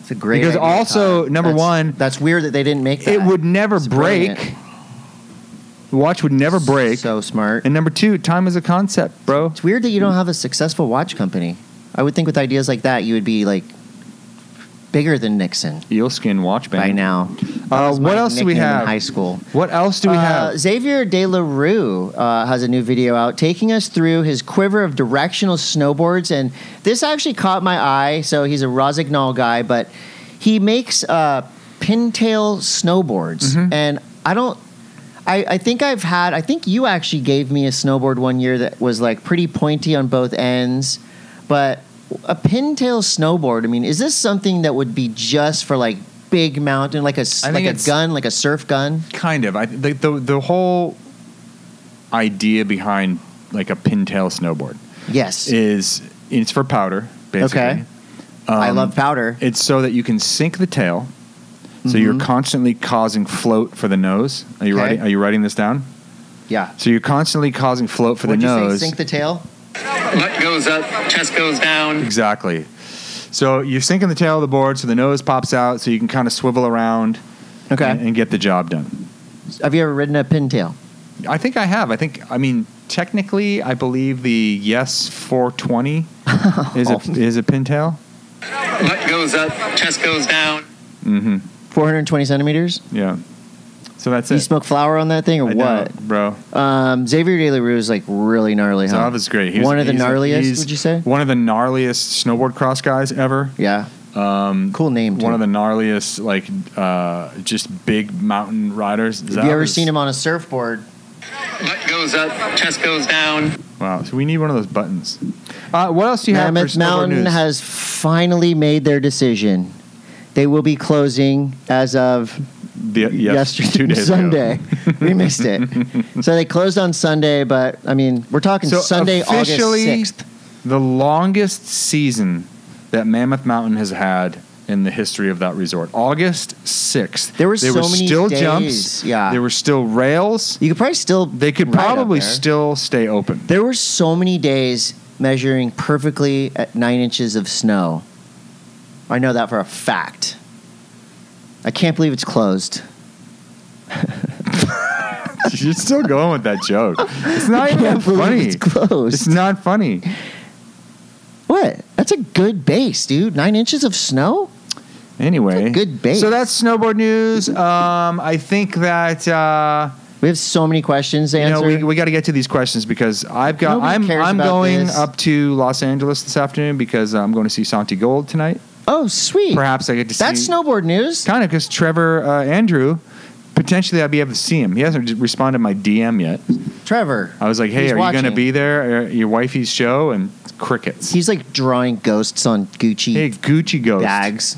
Speaker 2: It's a great.
Speaker 1: Because
Speaker 2: idea,
Speaker 1: also,
Speaker 2: Todd.
Speaker 1: number
Speaker 2: That's-
Speaker 1: one,
Speaker 2: that's weird that they didn't make that.
Speaker 1: It would never
Speaker 2: It's
Speaker 1: break.
Speaker 2: brilliant.
Speaker 1: The watch would never break.
Speaker 2: So smart.
Speaker 1: and number two, time is a concept, bro.
Speaker 2: It's weird that you don't have a successful watch company. I would think with ideas like that, you would be like bigger than Nixon
Speaker 1: Eel skin watch band.
Speaker 2: by now. That
Speaker 1: Uh,
Speaker 2: was
Speaker 1: what
Speaker 2: my
Speaker 1: else do we
Speaker 2: nickname in
Speaker 1: have?
Speaker 2: high school.
Speaker 1: What else do we
Speaker 2: Uh,
Speaker 1: have?
Speaker 2: Xavier De La Rue uh, has a new video out taking us through his quiver of directional snowboards, and this actually caught my eye. So he's a Rosignol guy, but he makes uh, pintail snowboards,
Speaker 1: Mm-hmm.
Speaker 2: and I don't. I, I think I've had. I think you actually gave me a snowboard one year that was like pretty pointy on both ends, but a pintail snowboard. I mean, is this something that would be just for like big mountain, like a s-
Speaker 1: I think
Speaker 2: like a
Speaker 1: it's-
Speaker 2: gun, like a surf gun?
Speaker 1: Kind of. I, the, the the whole idea behind like a pintail snowboard
Speaker 2: Yes.
Speaker 1: is it's for powder, basically.
Speaker 2: Okay. I
Speaker 1: Um,
Speaker 2: love powder.
Speaker 1: It's so that you can sink the tail. So you're constantly causing float for the nose. Are you
Speaker 2: Mm-hmm. Okay.
Speaker 1: writing? Are you writing this down?
Speaker 2: Yeah.
Speaker 1: So you're constantly causing float for
Speaker 2: Would
Speaker 1: the
Speaker 2: you
Speaker 1: nose.
Speaker 2: say sink the tail?
Speaker 4: Butt goes up, chest goes down.
Speaker 1: Exactly. So you're sinking the tail of the board, so the nose pops out, so you can kind of swivel around and, and get the job done.
Speaker 2: Have you ever ridden a pintail?
Speaker 1: I think I have. I think I mean technically,
Speaker 2: Oh.
Speaker 1: I believe the Yes 420 is a is a pintail.
Speaker 4: butt goes up, chest goes down.
Speaker 1: Mm-hmm.
Speaker 2: 420 centimeters.
Speaker 1: Yeah. So that's
Speaker 2: You
Speaker 1: it.
Speaker 2: smoke flour on that thing or
Speaker 1: I
Speaker 2: what?
Speaker 1: don't, bro?
Speaker 2: Um, Xavier De La Rue is like really gnarly, huh?
Speaker 1: Zav is great. He's-
Speaker 2: One of the
Speaker 1: he's-
Speaker 2: gnarliest,
Speaker 1: he's
Speaker 2: would you say?
Speaker 1: One of the gnarliest snowboard cross guys ever.
Speaker 2: Yeah.
Speaker 1: Um,
Speaker 2: Cool name. Too.
Speaker 1: one of the gnarliest, like, uh, just big mountain riders.
Speaker 2: Have you ever seen him on a surfboard?
Speaker 4: Butt goes up, chest goes down.
Speaker 1: Wow. So we need one of those buttons. Uh, what else do you have
Speaker 2: Mammoth
Speaker 1: for snowboard
Speaker 2: Mountain
Speaker 1: news?
Speaker 2: has finally made their decision. They will be closing as of
Speaker 1: the, yes,
Speaker 2: yesterday,
Speaker 1: two days ago.
Speaker 2: Sunday. we missed it. So they closed on Sunday, but I mean, we're talking
Speaker 1: So
Speaker 2: Sunday, August
Speaker 1: officially-
Speaker 2: 6th.
Speaker 1: The longest season that Mammoth Mountain has had in the history of that resort. August 6th.
Speaker 2: There were so
Speaker 1: were
Speaker 2: many
Speaker 1: still
Speaker 2: days.
Speaker 1: jumps.
Speaker 2: Yeah.
Speaker 1: There were still rails.
Speaker 2: You could probably still.
Speaker 1: They could
Speaker 2: ride up
Speaker 1: probably
Speaker 2: there.
Speaker 1: still stay open.
Speaker 2: There were so many days measuring perfectly at nine inches of snow. I know that for a fact. I can't believe it's closed.
Speaker 1: You're still going with that joke. It's not
Speaker 2: I
Speaker 1: even
Speaker 2: can't
Speaker 1: that
Speaker 2: believe
Speaker 1: funny.
Speaker 2: it's closed.
Speaker 1: It's not funny.
Speaker 2: What? That's a good base, dude. Nine inches of snow?
Speaker 1: Anyway,
Speaker 2: That's a good base.
Speaker 1: So that's snowboard news. Um, I think that uh,
Speaker 2: We have so many questions to
Speaker 1: you know
Speaker 2: answer.
Speaker 1: we, we got to get to these questions because I've got
Speaker 2: Nobody
Speaker 1: I'm
Speaker 2: cares
Speaker 1: I'm
Speaker 2: about
Speaker 1: going
Speaker 2: this.
Speaker 1: up to Los Angeles this afternoon because I'm going to see Santi Gold tonight.
Speaker 2: oh, sweet.
Speaker 1: Perhaps I get to
Speaker 2: That's
Speaker 1: see
Speaker 2: snowboard news.
Speaker 1: kind of because Trevor uh, Andrew. Potentially, I'll be able to see him. He hasn't responded to my DM yet.
Speaker 2: Trevor.
Speaker 1: I was like, "Hey,
Speaker 2: He's
Speaker 1: are you going
Speaker 2: watching.
Speaker 1: to be there at your wifey's show?" And crickets.
Speaker 2: He's like drawing ghosts on Gucci
Speaker 1: hey, Gucci Ghost.
Speaker 2: bags,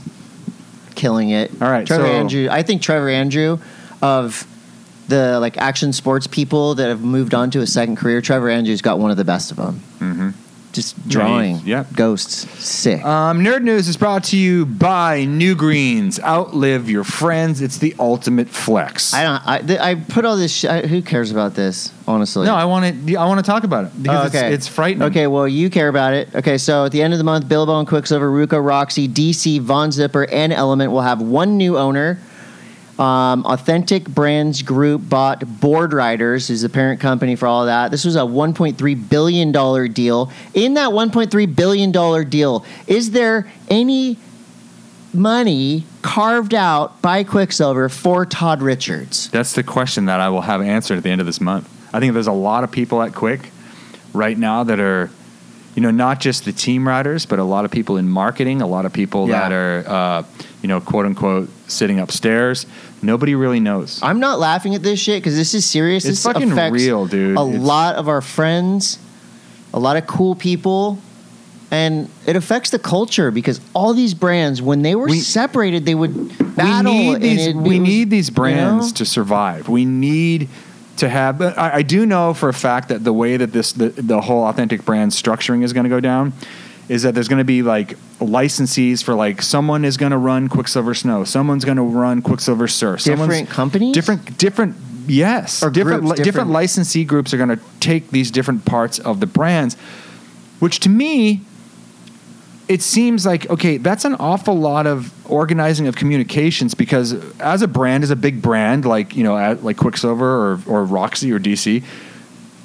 Speaker 2: killing it.
Speaker 1: All right,
Speaker 2: Trevor
Speaker 1: so-
Speaker 2: Andrew. I think Trevor Andrew of the like action sports people that have moved on to a second career. Trevor Andrew's got one of the best of them.
Speaker 1: Mhm.
Speaker 2: Just
Speaker 1: Yeah,
Speaker 2: drawing,
Speaker 1: he's- yep.
Speaker 2: ghosts, sick.
Speaker 1: Um, Nerd News is brought to you by New Greens. Outlive your friends. It's the ultimate flex.
Speaker 2: I don't. I, th- I put all this. Sh- I, who cares about this? Honestly,
Speaker 1: no, I want to. I want to talk about it because
Speaker 2: Oh, okay.
Speaker 1: it's, it's frightening.
Speaker 2: Okay, well, you care about it. Okay, so at the end of the month, Bilbo and Quicksilver, Ruka, Roxy, DC, Von Zipper, and Element will have one new owner. Um, Authentic Brands Group bought Board Riders, is the parent company for all that. This was a $1.3 billion deal. In that $1.3 billion deal, is there any money carved out by Quicksilver for Todd Richards?
Speaker 1: That's the question that I will have answered at the end of this month. I think there's a lot of people at Quick right now that are, you know, not just the team riders, but a lot of people in marketing, a lot of people
Speaker 2: Yeah.
Speaker 1: that are, uh, you know, quote unquote, sitting upstairs. Nobody really knows.
Speaker 2: I'm not laughing at this shit because this is serious.
Speaker 1: it's
Speaker 2: this
Speaker 1: fucking
Speaker 2: affects
Speaker 1: real, dude.
Speaker 2: a
Speaker 1: It's-
Speaker 2: lot of our friends, a lot of cool people, and it affects the culture because all these brands, when they were
Speaker 1: We-
Speaker 2: separated, they would battle.
Speaker 1: We need
Speaker 2: and
Speaker 1: these,
Speaker 2: it-
Speaker 1: we
Speaker 2: it was-
Speaker 1: need these
Speaker 2: you know?
Speaker 1: brands to survive. We need to have. but I, I do know for a fact that the way that this the, the whole authentic brand structuring is going to go down is that there's going to be like licensees for like someone is going to run Quicksilver Snow, someone's going to run Quicksilver Surf, someone's
Speaker 2: different companies,
Speaker 1: different different yes
Speaker 2: Or
Speaker 1: different,
Speaker 2: groups,
Speaker 1: li- different
Speaker 2: different-
Speaker 1: licensee groups are going to take these different parts of the brands which to me it seems like okay that's an awful lot of organizing of communications because as a brand as a big brand like you know at, like quicksilver or, or roxy or dc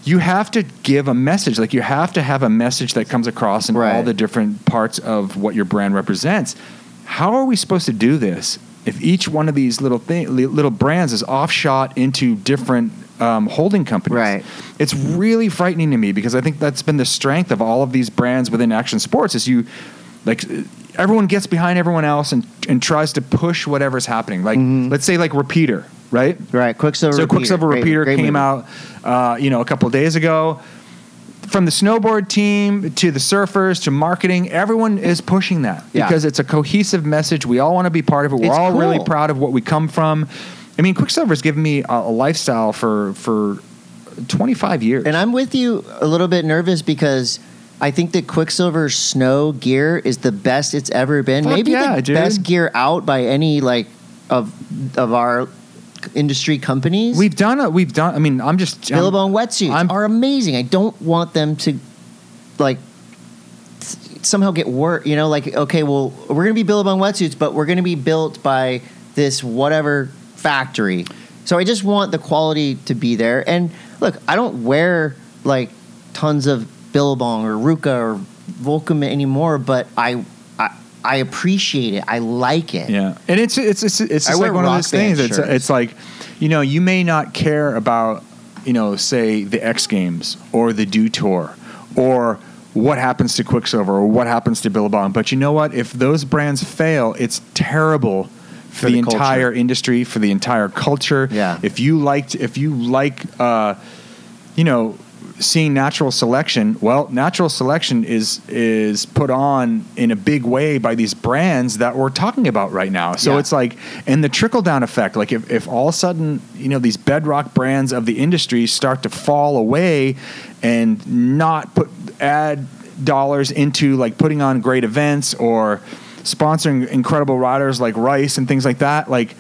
Speaker 1: you have to give a message like you have to have a message that comes across in all
Speaker 2: Right.
Speaker 1: the different parts of what your brand represents how are we supposed to do this if each one of these little thing, li- little brands is offshot into different um, holding companies
Speaker 2: Right.
Speaker 1: it's really frightening to me because i think that's been the strength of all of these brands within action sports is you like everyone gets behind everyone else and, and tries to push whatever's happening like let's say like repeater right
Speaker 2: right? Quicksilver.
Speaker 1: so
Speaker 2: Repeater.
Speaker 1: Quicksilver
Speaker 2: Great-
Speaker 1: Repeater
Speaker 2: great
Speaker 1: came
Speaker 2: movie.
Speaker 1: out, uh, you know, a couple days ago. From the snowboard team to the surfers to marketing, everyone is pushing that
Speaker 2: Yeah.
Speaker 1: because it's a cohesive message. We all want to be part of it. We're
Speaker 2: It's
Speaker 1: all really
Speaker 2: cool.
Speaker 1: proud of what we come from. I mean, Quicksilver's given me a, a lifestyle for for 25 years.
Speaker 2: And I'm with you a little bit nervous because I think that Quicksilver snow gear is the best it's ever been.
Speaker 1: Fuck
Speaker 2: Maybe
Speaker 1: yeah,
Speaker 2: the
Speaker 1: dude.
Speaker 2: best gear out by any like of of our industry companies.
Speaker 1: we've done a We've done. I mean, I'm just I'm-
Speaker 2: Billabong wetsuits
Speaker 1: I'm-
Speaker 2: are amazing. I don't want them to like s- somehow get worse. You know, like okay, well, we're gonna be Billabong wetsuits, but we're gonna be built by this whatever factory. So I just want the quality to be there. And look, I don't wear like tons of Billabong or Ruka or Volcom anymore, but I. I- I appreciate it. I like it.
Speaker 1: Yeah, and it's it's it's, it's
Speaker 2: I
Speaker 1: just
Speaker 2: wear
Speaker 1: like one of
Speaker 2: rock
Speaker 1: those things.
Speaker 2: band
Speaker 1: It's
Speaker 2: shirts.
Speaker 1: it's like, you know, you may not care about, you know, say the X Games or the Do Tour or what happens to Quicksilver or what happens to Billabong, but you know what? If those brands fail, it's terrible. For
Speaker 2: For
Speaker 1: the,
Speaker 2: the culture.
Speaker 1: entire industry, for the entire culture.
Speaker 2: Yeah.
Speaker 1: If you liked, if you like, uh, you know, seeing natural selection well natural selection is is put on in a big way by these brands that we're talking about right now so
Speaker 2: Yeah.
Speaker 1: it's like and the trickle down effect like if, if all of a sudden you know these bedrock brands of the industry start to fall away and not put add dollars into like putting on great events or sponsoring incredible riders like rice and things like that like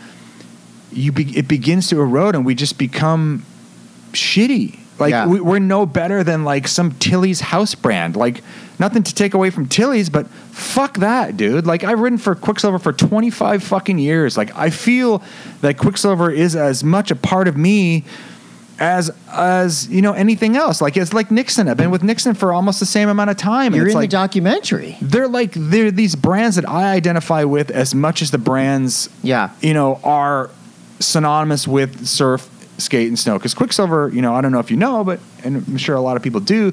Speaker 1: you be, it begins to erode and we just become shitty like
Speaker 2: Yeah.
Speaker 1: we, we're no better than like some tilly's house brand like nothing to take away from tilly's but fuck that dude like i've ridden for quicksilver for 25 fucking years like i feel that quicksilver is as much a part of me as as you know anything else like it's like nixon i've been with nixon for almost the same amount of time and
Speaker 2: You're
Speaker 1: it's
Speaker 2: in
Speaker 1: like
Speaker 2: the documentary.
Speaker 1: they're like they're these brands that I identify with as much as the brands
Speaker 2: Yeah.
Speaker 1: you know are synonymous with surf, skate, and snow. Because Quicksilver, you know, I don't know if you know, but and I'm sure a lot of people do.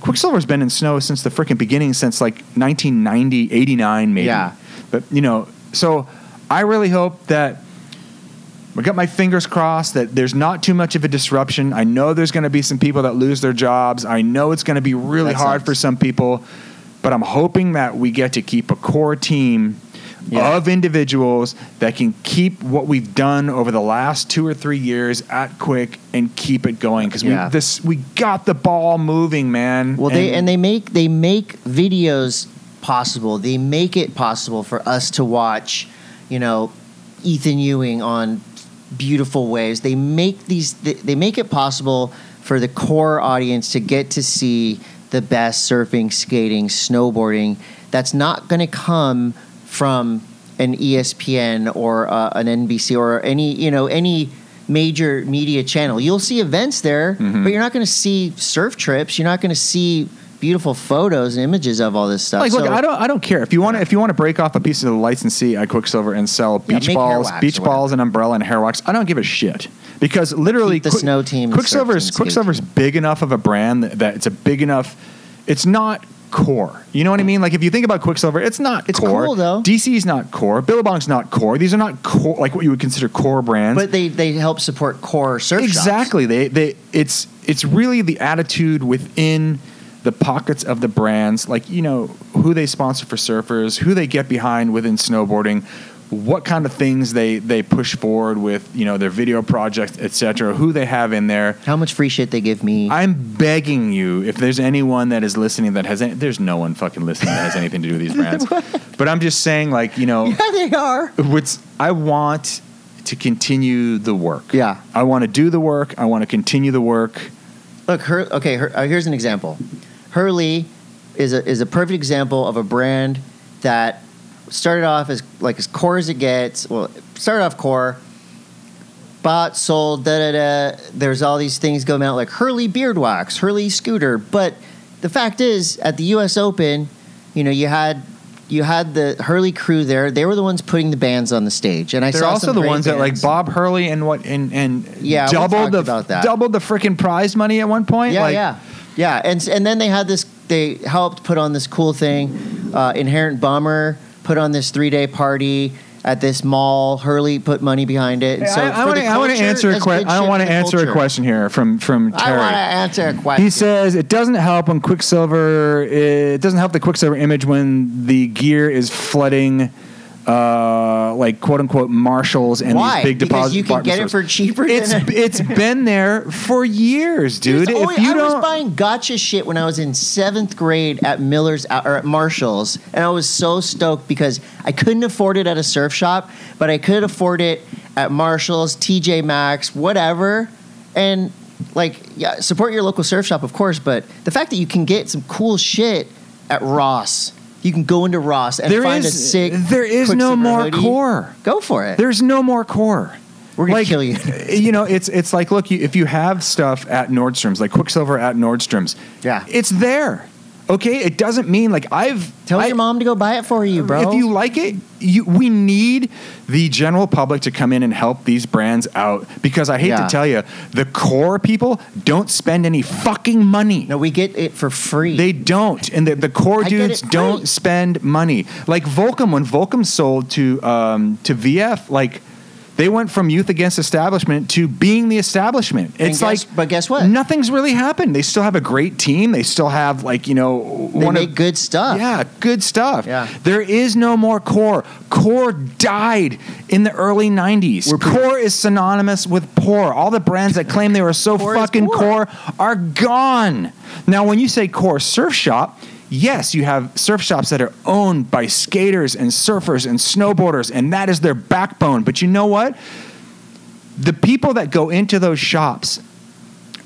Speaker 1: Quicksilver's been in snow since the freaking beginning, since like 1990, 89 maybe.
Speaker 2: Yeah.
Speaker 1: But you know, so I really hope that I got my fingers crossed that there's not too much of a disruption. I know there's going to be some people that lose their jobs. I know it's going to be really
Speaker 2: That
Speaker 1: hard
Speaker 2: sucks.
Speaker 1: for some people, but I'm hoping that we get to keep a core team
Speaker 2: Yeah.
Speaker 1: of individuals that can keep what we've done over the last two or three years at Quick and keep it going because
Speaker 2: Yeah.
Speaker 1: we this we got the ball moving, man.
Speaker 2: Well, they and they make they make videos possible. They make it possible for us to watch, you know, Ethan Ewing on beautiful waves. They make these. They, they make it possible for the core audience to get to see the best surfing, skating, snowboarding. That's not going to come from an E ESPN or uh, an NBC or any you know any major media channel. You'll see events there,
Speaker 1: Mm-hmm.
Speaker 2: but you're not going to see surf trips. You're not going to see beautiful photos and images of all this stuff.
Speaker 1: like, look,
Speaker 2: So-
Speaker 1: I don't, I don't care if you want to, if you want to break off a piece of the licensee at Quicksilver and sell
Speaker 2: Yeah,
Speaker 1: beach
Speaker 2: make hair
Speaker 1: balls,
Speaker 2: wax
Speaker 1: beach
Speaker 2: or whatever.
Speaker 1: balls, and umbrella and hair wax. I don't give a shit because literally,
Speaker 2: Keep the snow team, the
Speaker 1: Quicksilver's
Speaker 2: surf team, skate
Speaker 1: Quicksilver's big enough of a brand that, that it's a big enough. It's not core. You know what I mean? Like if you think about Quicksilver, it's not
Speaker 2: It's
Speaker 1: core.
Speaker 2: cool, though.
Speaker 1: DC's not core. Billabong's not core. These are not core, like what you would consider core brands
Speaker 2: But they they help support core surf shops.
Speaker 1: exactly they they it's it's really the attitude within the pockets of the brands like you know who they sponsor for surfers who they get behind within snowboarding what kind of things they they push forward with you know their video projects etc who they have in there
Speaker 2: How much free shit they give me?
Speaker 1: I'm begging you, if there's anyone that is listening that has any, there's no one fucking listening that has anything to do with these brands. but I'm just saying, like, you know,
Speaker 2: yeah, they are.
Speaker 1: what's I want to continue the work.
Speaker 2: Yeah.
Speaker 1: I want to do the work. I want to continue the work.
Speaker 2: Look, her, okay. Her, uh, here's an example. Hurley is a is a perfect example of a brand that started off as like as core as it gets. Well, it started off core, bought, sold, da da da. There's all these things going out like Hurley beard wax, Hurley scooter. But the fact is, at the U.S. Open, you know, you had you had the Hurley crew there. They were the ones putting the bands on the stage, and I
Speaker 1: They're
Speaker 2: saw
Speaker 1: also
Speaker 2: some
Speaker 1: the
Speaker 2: great
Speaker 1: ones that like
Speaker 2: bands.
Speaker 1: Bob Hurley and what and and
Speaker 2: Yeah, we
Speaker 1: doubled
Speaker 2: talked
Speaker 1: the
Speaker 2: about that.
Speaker 1: doubled the freaking prize money at one point.
Speaker 2: Yeah,
Speaker 1: like,
Speaker 2: yeah, yeah. And and then they had this. They helped put on this cool thing. Uh, Inherent Bummer put on this three day party at this mall. Hurley put money behind it. And so
Speaker 1: I, I
Speaker 2: for
Speaker 1: want
Speaker 2: the
Speaker 1: to I want to
Speaker 2: culture,
Speaker 1: answer a
Speaker 2: that's
Speaker 1: question.
Speaker 2: good
Speaker 1: I don't
Speaker 2: shit
Speaker 1: want
Speaker 2: for
Speaker 1: to
Speaker 2: the
Speaker 1: answer a
Speaker 2: culture.
Speaker 1: question here from from Terry.
Speaker 2: I want to answer a question.
Speaker 1: He says it doesn't help when Quicksilver. It doesn't help the Quicksilver image when the gear is flooding, uh, like quote unquote marshals and
Speaker 2: "Why?
Speaker 1: these big
Speaker 2: because
Speaker 1: deposit
Speaker 2: you can get it
Speaker 1: stores.
Speaker 2: for cheaper.
Speaker 1: It's
Speaker 2: than a-
Speaker 1: it's been there for years, dude.
Speaker 2: It's
Speaker 1: if
Speaker 2: always-
Speaker 1: you
Speaker 2: Oh, I was
Speaker 1: don't,
Speaker 2: buying gotcha shit when I was in seventh grade at Miller's uh, or at Marshalls, and I was so stoked because I couldn't afford it at a surf shop, but I could afford it at Marshalls, TJ Maxx, whatever, and. Like, yeah, support your local surf shop, of course, but the fact that you can get some cool shit at Ross, you can go into Ross and
Speaker 1: there
Speaker 2: find
Speaker 1: is
Speaker 2: a sick.
Speaker 1: there is no
Speaker 2: Quicksilver
Speaker 1: more
Speaker 2: hoodie.
Speaker 1: core.
Speaker 2: Go for it.
Speaker 1: There's no more core.
Speaker 2: We're gonna
Speaker 1: like,
Speaker 2: kill you.
Speaker 1: you know, it's it's like look, you, if you have stuff at Nordstrom's, like Quicksilver at Nordstrom's,
Speaker 2: Yeah.
Speaker 1: it's there. Okay, it doesn't mean like I've
Speaker 2: Tell
Speaker 1: I-
Speaker 2: your mom to go buy it for you, bro.
Speaker 1: If you like it, you, we need the general public to come in and help these brands out because I hate
Speaker 2: Yeah.
Speaker 1: to tell you, the core people don't spend any fucking money.
Speaker 2: no, we get it for free.
Speaker 1: They don't, and the, the core
Speaker 2: I get
Speaker 1: dudes
Speaker 2: it free.
Speaker 1: don't spend money. Like Volcom, when Volcom sold to um, to VF, like they went from youth against establishment to being the establishment.
Speaker 2: And
Speaker 1: It's
Speaker 2: guess-
Speaker 1: like,
Speaker 2: but guess what?
Speaker 1: Nothing's really happened. They still have a great team. They still have like you know
Speaker 2: they
Speaker 1: one
Speaker 2: make
Speaker 1: of
Speaker 2: good stuff.
Speaker 1: yeah, good stuff.
Speaker 2: Yeah.
Speaker 1: There is no more core. Core died in the early 90s.
Speaker 2: We're pretty-
Speaker 1: core is synonymous with poor. All the brands that claim they were so
Speaker 2: Core is
Speaker 1: fucking
Speaker 2: poor.
Speaker 1: core are gone. Now, when you say core surf shop, yes, you have surf shops that are owned by skaters and surfers and snowboarders, and that is their backbone. But you know what? The people that go into those shops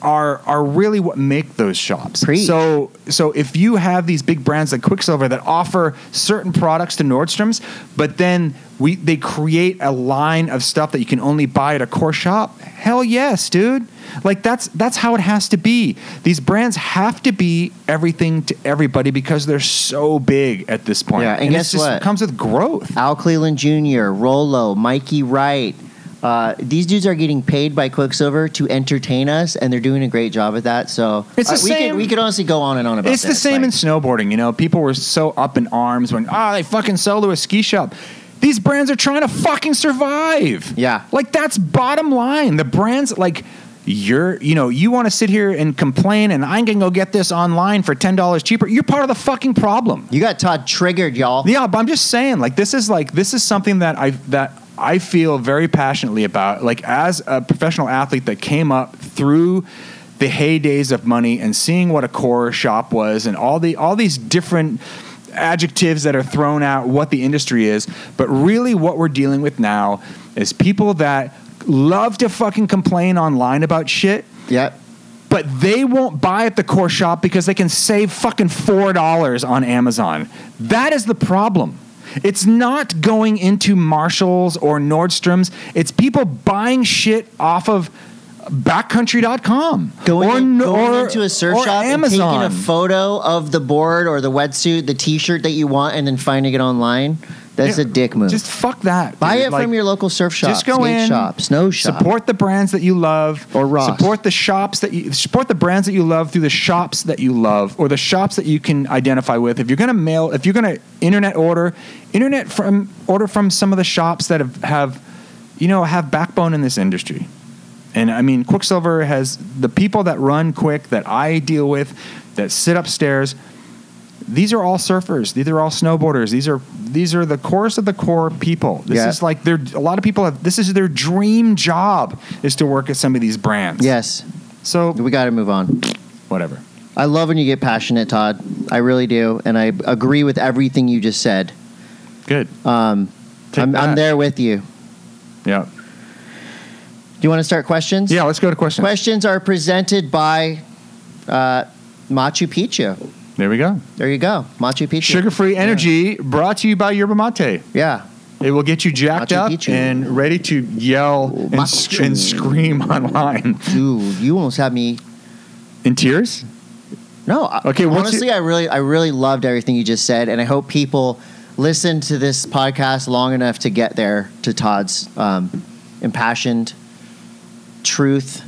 Speaker 1: are are really what make those shops.
Speaker 2: Preach.
Speaker 1: So so if you have these big brands like Quicksilver that offer certain products to Nordstrom's, but then we they create a line of stuff that you can only buy at a core shop. Hell yes, dude. Like that's that's how it has to be. These brands have to be everything to everybody because they're so big at this point.
Speaker 2: Yeah, and guess
Speaker 1: it's just-
Speaker 2: what?
Speaker 1: It comes with growth.
Speaker 2: Al Cleland Jr., Rolo, Mikey Wright. Uh, these dudes are getting paid by Quicksilver to entertain us, and they're doing a great job at that. So uh,
Speaker 1: It's the
Speaker 2: we
Speaker 1: same-
Speaker 2: Could, we could honestly go on and on about
Speaker 1: It's the
Speaker 2: this.
Speaker 1: same
Speaker 2: Like,
Speaker 1: in snowboarding. You know, people were so up in arms when ah they fucking sell to a ski shop. These brands are trying to fucking survive.
Speaker 2: Yeah.
Speaker 1: like that's bottom line. The brands like you're you know you want to sit here and complain and I'm gonna go get this online for ten dollars cheaper. You're part of the fucking problem.
Speaker 2: you got Todd triggered, y'all.
Speaker 1: Yeah, but I'm just saying, like this is like this is something that I that I feel very passionately about. Like as a professional athlete that came up through the heydays of money and seeing what a core shop was and all the all these different adjectives that are thrown out what the industry is, but really what we're dealing with now is people that love to fucking complain online about shit
Speaker 2: Yep.
Speaker 1: but they won't buy at the core shop because they can save fucking four dollars on Amazon. That is the problem. It's not going into Marshalls or Nordstrom's. It's people buying shit off of backcountry.com
Speaker 2: Going,
Speaker 1: or,
Speaker 2: in-
Speaker 1: n-
Speaker 2: going
Speaker 1: or-
Speaker 2: into a surf
Speaker 1: or
Speaker 2: shop
Speaker 1: Amazon.
Speaker 2: and taking a photo of the board or the wetsuit, the T-shirt that you want, and then finding it online. That's
Speaker 1: Yeah,
Speaker 2: a dick move.
Speaker 1: Just fuck that.
Speaker 2: Buy
Speaker 1: dude.
Speaker 2: it
Speaker 1: Like,
Speaker 2: from your local surf shop,
Speaker 1: just go
Speaker 2: skate
Speaker 1: in,
Speaker 2: shop, snow shop.
Speaker 1: Support the brands that you love,
Speaker 2: Or Ross.
Speaker 1: Support the shops that you support the brands that you love through the shops that you love, or the shops that you can identify with. If you're gonna mail, if you're gonna internet order, internet from order from some of the shops that have, have you know have backbone in this industry. And I mean, Quicksilver has the people that run Quick that I deal with, that sit upstairs. These are all surfers. These are all snowboarders. These are these are the course of the core people. This
Speaker 2: Yeah.
Speaker 1: is like they're a lot of people have. This is their dream job is to work at some of these brands.
Speaker 2: yes,
Speaker 1: So
Speaker 2: we got to move on.
Speaker 1: whatever.
Speaker 2: I love when you get passionate, Todd. I really do, and I agree with everything you just said.
Speaker 1: Good.
Speaker 2: Um,
Speaker 1: Take
Speaker 2: I'm, I'm
Speaker 1: that.
Speaker 2: there with you. Do
Speaker 1: Yeah.
Speaker 2: you want to start questions?
Speaker 1: Yeah. Let's go to questions.
Speaker 2: Questions are presented by uh, Machu Picchu.
Speaker 1: There we go.
Speaker 2: There you go, Machu Picchu.
Speaker 1: Sugar-free energy brought to you by Yerba Mate.
Speaker 2: Yeah,
Speaker 1: It will get you jacked
Speaker 2: Machu
Speaker 1: up
Speaker 2: Picchu.
Speaker 1: and ready to yell and,
Speaker 2: Machu.
Speaker 1: sc- and scream online
Speaker 2: dude, you almost had me.
Speaker 1: in tears.
Speaker 2: No, I-
Speaker 1: Okay, what's
Speaker 2: Honestly, I really, I really loved everything you just said, and I hope people listen to this podcast long enough to get there to Todd's um, impassioned truth,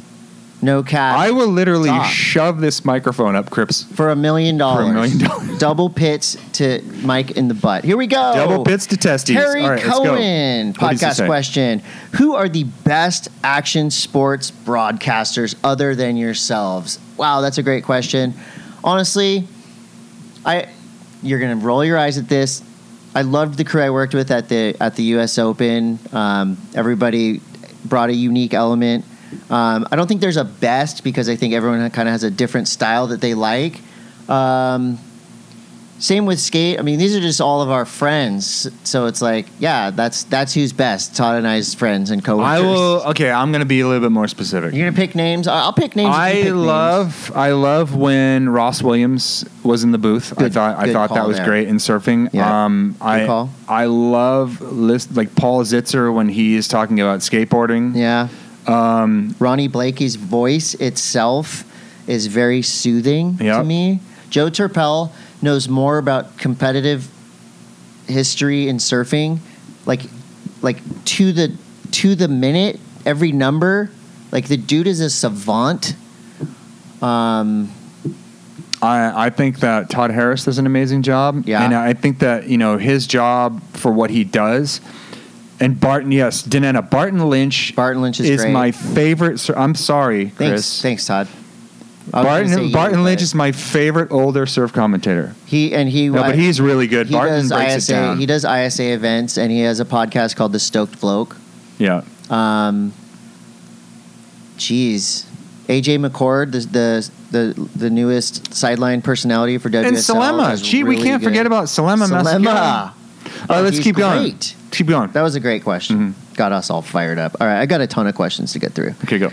Speaker 2: no cap.
Speaker 1: I will literally
Speaker 2: Stop.
Speaker 1: shove this microphone up Crips
Speaker 2: for a million
Speaker 1: for
Speaker 2: dollars.
Speaker 1: a million dollars.
Speaker 2: Double pits to Mike in the butt. Here we go.
Speaker 1: Double pits to testes.
Speaker 2: Harry
Speaker 1: All right, let's go.
Speaker 2: Cohen
Speaker 1: What does he
Speaker 2: podcast
Speaker 1: say?
Speaker 2: question: Who are the best action sports broadcasters other than yourselves? Wow, that's a great question. Honestly, I you're gonna roll your eyes at this. I loved the crew I worked with at the at the U.S. Open. Um, everybody brought a unique element. Um, I don't think there's a best because I think everyone kind of has a different style that they like. Um, same with skate. I mean, these are just all of our friends, so it's like, yeah, that's that's who's best. Todd and I's friends and coworkers.
Speaker 1: I will. Okay, I'm going to be a little bit more specific.
Speaker 2: You're gonna pick names. I- I'll pick names. if you
Speaker 1: I
Speaker 2: pick names.
Speaker 1: love I love when Ross Williams was in the booth. I
Speaker 2: Good-
Speaker 1: thought I
Speaker 2: good
Speaker 1: thought that
Speaker 2: call
Speaker 1: was
Speaker 2: there.
Speaker 1: great in surfing.
Speaker 2: Yeah,
Speaker 1: Um, I
Speaker 2: call.
Speaker 1: I love list like Paul Zitzer when he is talking about skateboarding.
Speaker 2: Yeah. Um, Ronnie Blakey's voice itself is very soothing to
Speaker 1: Yep.
Speaker 2: me. Joe Turpel knows more about competitive history in surfing, like like to the to the minute, every number. Like the dude is a savant. Um,
Speaker 1: I, I think that Todd Harris does an amazing job.
Speaker 2: Yeah.
Speaker 1: And I think that, you know, his job for what he does. And Barton, yes, Denena, Barton Lynch
Speaker 2: Barton Lynch is,
Speaker 1: is
Speaker 2: great.
Speaker 1: my favorite. Sur- I'm sorry,
Speaker 2: thanks,
Speaker 1: Chris.
Speaker 2: thanks, Todd. I was gonna say
Speaker 1: Barton,
Speaker 2: you,
Speaker 1: Barton
Speaker 2: but
Speaker 1: Lynch is my favorite older surf commentator.
Speaker 2: he and he.
Speaker 1: No, but he's really good.
Speaker 2: he
Speaker 1: Barton
Speaker 2: does
Speaker 1: breaks
Speaker 2: ISA.
Speaker 1: it down.
Speaker 2: He does ISA events, and he has a podcast called The Stoked Bloke.
Speaker 1: yeah.
Speaker 2: Um, jeez, AJ McCord, the the the, the newest sideline personality for WSL,
Speaker 1: And Salema.
Speaker 2: is
Speaker 1: Gee, we
Speaker 2: really
Speaker 1: can't forget
Speaker 2: good.
Speaker 1: about Salema.
Speaker 2: Salema. Oh,
Speaker 1: Mascara. All right, let's
Speaker 2: He's
Speaker 1: keep going. Mm-hmm.
Speaker 2: great.
Speaker 1: Keep going.
Speaker 2: That was a great question. Got us all fired up. All right, I got a ton of questions to get through.
Speaker 1: Okay, go.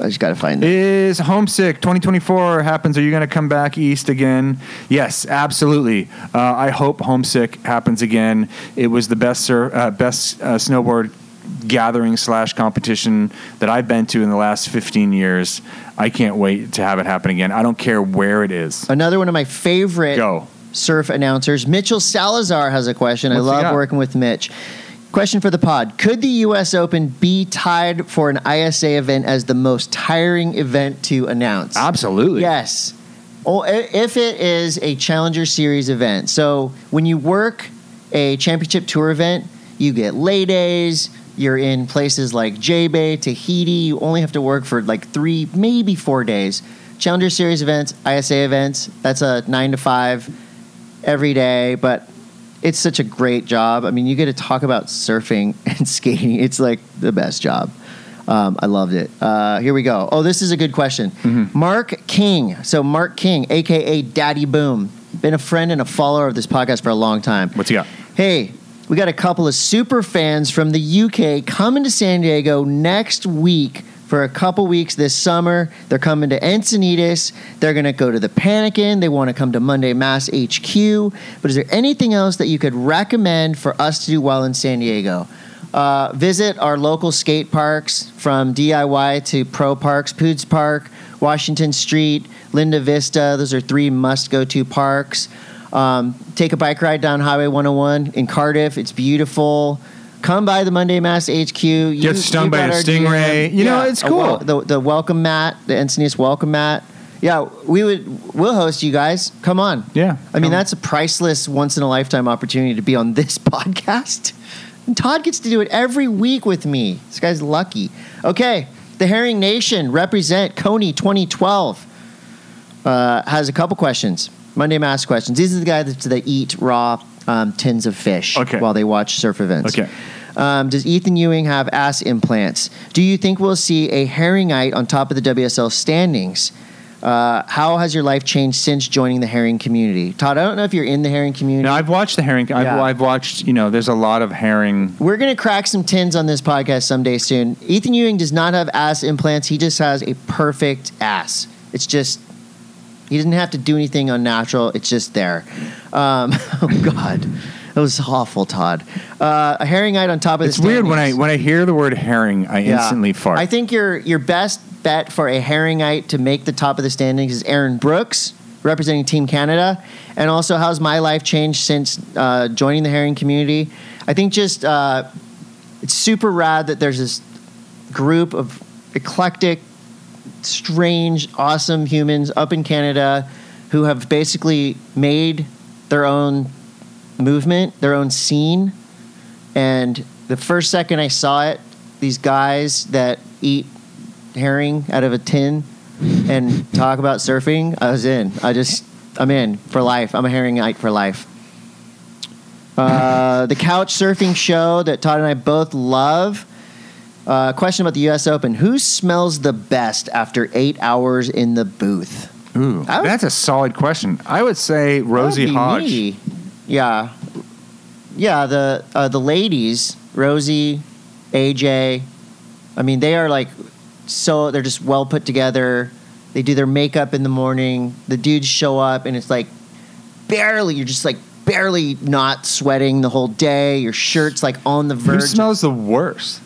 Speaker 2: I just got to find them.
Speaker 1: Is homesick 2024 happens? Are you going to come back east again? Yes, absolutely. Uh, I hope homesick happens again. It was the best sur- uh, best uh, snowboard gathering slash competition that I've been to in the last 15 years. I can't wait to have it happen again. I don't care where it is.
Speaker 2: Another one of my favorite
Speaker 1: Go.
Speaker 2: surf announcers, Mitchell Salazar has a question.
Speaker 1: What's he
Speaker 2: I love
Speaker 1: got?
Speaker 2: working with Mitch. Question for the pod: Could the U.S. Open be tied for an ISA event as the most tiring event to announce?
Speaker 1: Absolutely.
Speaker 2: Yes. Oh, i- if it is a Challenger Series event. So when you work a championship tour event, you get lay days. You're in places like J Bay, Tahiti. You only have to work for like three, maybe four days. Challenger Series events, ISA events, that's a nine to five every day. But it's such a great job. I mean, you get to talk about surfing and skating. It's like the best job. Um, I loved it. Uh, here we go. Oh, this is a good question. Mark King. So, Mark King, AKA Daddy Boom, been a friend and a follower of this podcast for a long time.
Speaker 1: What's he got?
Speaker 2: Hey, we got a couple of super fans from the UK coming to San Diego next week for a couple weeks this summer. They're coming to Encinitas. They're going to go to the Panikin. They want to come to Monday Mass HQ. But is there anything else that you could recommend for us to do while in San Diego? Uh, visit our local skate parks from DIY to pro parks, Poods Park, Washington Street, Linda Vista. Those are three must go to parks. Um, take a bike ride down Highway 101 in Cardiff. It's beautiful. Come by the Monday Mass HQ. You,
Speaker 1: Get stung by
Speaker 2: got
Speaker 1: a
Speaker 2: our
Speaker 1: stingray.
Speaker 2: DM.
Speaker 1: You know, it's
Speaker 2: a wel-
Speaker 1: cool.
Speaker 2: the, the welcome mat, the Encinitas welcome mat. Yeah, we would. We'll host you guys. Come on.
Speaker 1: Yeah.
Speaker 2: I mean, that's a priceless, once in a lifetime opportunity to be on this podcast. And Todd gets to do it every week with me. This guy's lucky. Okay, the Herring Nation represent Coney 2012 uh, has a couple questions. Monday Mass questions. These are the guys that, that eat raw um, tins of fish
Speaker 1: Okay.
Speaker 2: while they watch surf events.
Speaker 1: Okay.
Speaker 2: Um, does Ethan Ewing have ass implants? Do you think we'll see a herringite on top of the WSL standings? Uh, how has your life changed since joining the herring community? Todd, I don't know if you're in the herring community.
Speaker 1: Now I've watched the herring. I've,
Speaker 2: Yeah.
Speaker 1: I've watched. You know, there's a lot of herring.
Speaker 2: We're going to crack some tins on this podcast someday soon. Ethan Ewing does not have ass implants. He just has a perfect ass. It's just, he doesn't have to do anything unnatural. It's just there. Um, oh, God. That was awful, Todd. Uh, a herringite on top of
Speaker 1: It's
Speaker 2: the
Speaker 1: weird when I
Speaker 2: standings.
Speaker 1: when I hear the word herring, I
Speaker 2: Yeah.
Speaker 1: instantly fart.
Speaker 2: I think your your best bet for a herringite to make the top of the standings is Aaron Brooks representing Team Canada, and also how's my life changed since uh, joining the herring community? I think just uh, it's super rad that there's this group of eclectic, strange, awesome humans up in Canada who have basically made their own movement, their own scene. And the first second I saw it, these guys that eat herring out of a tin and talk about surfing, I was in. I just, I'm in for life. I'm a herringite for life. Uh, the couch surfing show that Todd and I both love. Uh, question about the U.S. Open: Who smells the best after eight hours in the booth?
Speaker 1: Ooh,
Speaker 2: I would-
Speaker 1: that's a solid question. I would say Rosie
Speaker 2: That'd be
Speaker 1: Hodge.
Speaker 2: me. Yeah, yeah. The uh, the ladies, Rosie, AJ. I mean, they are like so. They're just well put together. They do their makeup in the morning. The dudes show up, and it's like barely. You're just like barely not sweating the whole day. Your shirt's like on the
Speaker 1: Who
Speaker 2: verge. of-
Speaker 1: smells the worst?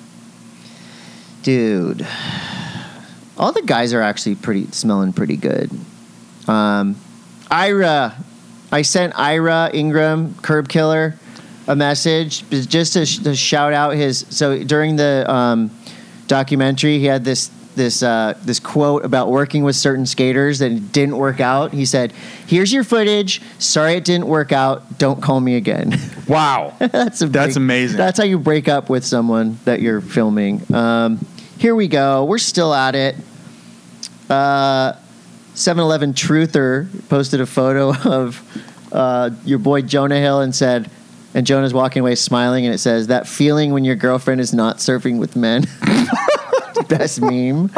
Speaker 2: dude all the guys are actually pretty smelling pretty good um Ira, I sent Ira Ingram, Curb Killer, a message b- just to, sh- to shout out his. So during the um, documentary, he had this this uh, this quote about working with certain skaters that didn't work out. He said, "Here's your footage. Sorry it didn't work out. Don't call me again."
Speaker 1: Wow.
Speaker 2: that's a
Speaker 1: That's amazing.
Speaker 2: That's how you break up with someone that you're filming. Um, here we go. We're still at it. Uh, 7-Eleven Truther posted a photo of uh, your boy Jonah Hill and said, and Jonah's walking away smiling, and it says, "That feeling when your girlfriend is not surfing with men." Best meme.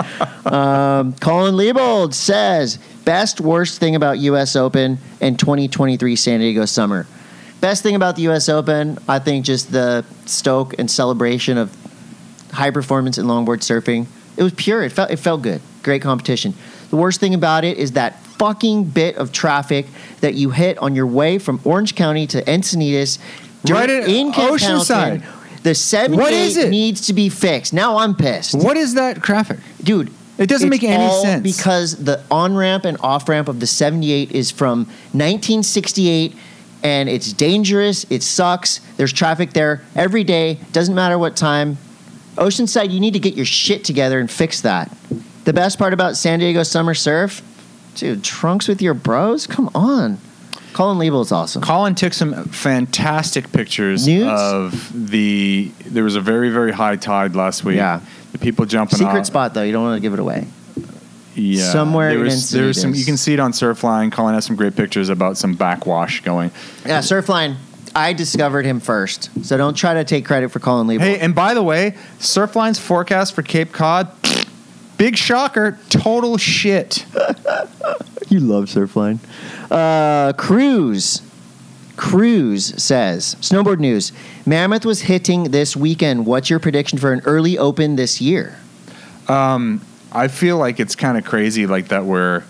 Speaker 2: Um, Colin Liebold says, "Best worst thing about U.S. Open and 2023 San Diego summer." Best thing about the U.S. Open, I think, just the stoke and celebration of high performance in longboard surfing. It was pure. It felt it felt good. Great competition. The worst thing about it is that fucking bit of traffic that you hit on your way from Orange County to Encinitas,
Speaker 1: Right
Speaker 2: during-
Speaker 1: at
Speaker 2: Camp
Speaker 1: Oceanside.
Speaker 2: Pendleton. The
Speaker 1: What is
Speaker 2: 78
Speaker 1: it?
Speaker 2: needs to be fixed. Now I'm pissed.
Speaker 1: What is that traffic?
Speaker 2: Dude,
Speaker 1: It doesn't
Speaker 2: it's
Speaker 1: make any
Speaker 2: all
Speaker 1: sense.
Speaker 2: Because the on ramp and off ramp of the 78 is from 1968 and it's dangerous. It sucks. There's traffic there every day. Doesn't matter what time. Oceanside, you need to get your shit together and fix that. The best part about San Diego summer surf, dude, trunks with your bros? Come on. Colin Liebel is awesome.
Speaker 1: Colin took some fantastic pictures
Speaker 2: Nudes?
Speaker 1: of the. There was a very very high tide last week.
Speaker 2: Yeah.
Speaker 1: the people jumping
Speaker 2: Secret
Speaker 1: off.
Speaker 2: spot, though. You don't want to give it away.
Speaker 1: Yeah,
Speaker 2: somewhere
Speaker 1: there
Speaker 2: in
Speaker 1: was, there was some.
Speaker 2: Encinitas.
Speaker 1: You can see it on Surfline. Colin has some great pictures about some backwash going.
Speaker 2: Yeah, Surfline. I discovered him first, so don't try to take credit for Colin Liebel.
Speaker 1: Hey, and by the way, Surfline's forecast for Cape Cod, big shocker, total shit.
Speaker 2: You love Surfline. Uh, Cruz. Cruz says, Snowboard News, Mammoth was hitting this weekend. What's your prediction for an early open this year?
Speaker 1: Um, I feel like it's kind of crazy like that. Where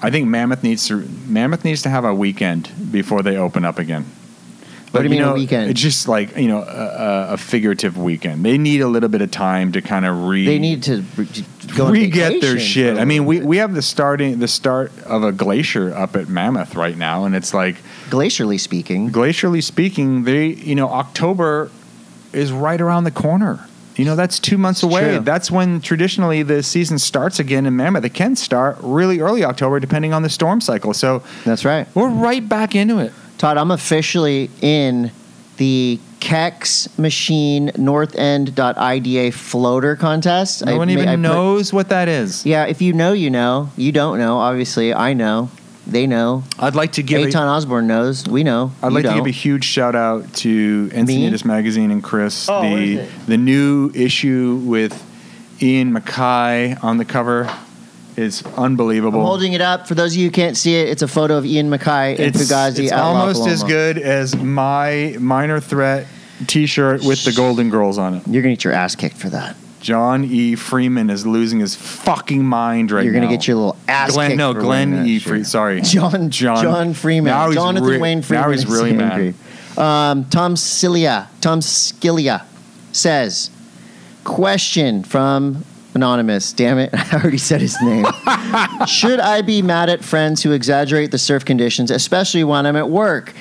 Speaker 1: I think Mammoth needs to Mammoth needs to have a weekend before they open up again.
Speaker 2: What do you mean a
Speaker 1: know,
Speaker 2: weekend?
Speaker 1: It's just like you know a, a- a figurative weekend. They need a little bit of time to kind of re
Speaker 2: They need to re- to go on
Speaker 1: re get
Speaker 2: vacation
Speaker 1: their
Speaker 2: for
Speaker 1: shit.
Speaker 2: a
Speaker 1: I mean,
Speaker 2: little
Speaker 1: we,
Speaker 2: bit.
Speaker 1: we have the starting the start of a glacier up at Mammoth right now, and it's like
Speaker 2: glacially speaking,
Speaker 1: glacially speaking, they you know October is right around the corner. You know that's two months
Speaker 2: It's
Speaker 1: away.
Speaker 2: true.
Speaker 1: That's when traditionally the season starts again in Mammoth. It can start really early October, depending on the storm cycle. So
Speaker 2: that's right.
Speaker 1: we're right back into it.
Speaker 2: Todd, I'm officially in the Kex Machine North End.ida floater contest.
Speaker 1: No
Speaker 2: I
Speaker 1: one
Speaker 2: ma-
Speaker 1: even
Speaker 2: I put-
Speaker 1: knows what that is.
Speaker 2: Yeah, if you know, you know. You don't know, obviously. I know. They know.
Speaker 1: I'd like to give.
Speaker 2: Aton
Speaker 1: A,
Speaker 2: Osborne knows. We know.
Speaker 1: I'd
Speaker 2: You
Speaker 1: like to give
Speaker 2: don't.
Speaker 1: a huge shout out to Encinitas Magazine and Chris.
Speaker 2: Oh, what is
Speaker 1: the
Speaker 2: it?
Speaker 1: the new issue with Ian Mackay on the cover is unbelievable.
Speaker 2: I'm holding it up for those of you who can't see it. It's a photo of Ian Mackay and Fugazi.
Speaker 1: it's
Speaker 2: at La
Speaker 1: almost as
Speaker 2: Paloma.
Speaker 1: good as my minor threat T-shirt with the Golden Girls on it.
Speaker 2: You're gonna get your ass kicked for that.
Speaker 1: John E. Freeman is losing his fucking mind right
Speaker 2: You're gonna
Speaker 1: now.
Speaker 2: get your little ass
Speaker 1: Glenn,
Speaker 2: kicked.
Speaker 1: no,
Speaker 2: for wearing
Speaker 1: Glenn
Speaker 2: that
Speaker 1: E.
Speaker 2: shirt.
Speaker 1: Freeman. Sorry,
Speaker 2: John John,
Speaker 1: John
Speaker 2: John Freeman.
Speaker 1: Now he's
Speaker 2: Jonathan
Speaker 1: re-
Speaker 2: Wayne Freeman.
Speaker 1: Now he's
Speaker 2: is
Speaker 1: really mad.
Speaker 2: angry. Um, Tom Cilia. Tom Scilia says, question from anonymous. Damn it, I already said his name. Should I be mad at friends who exaggerate the surf conditions, especially when I'm at work?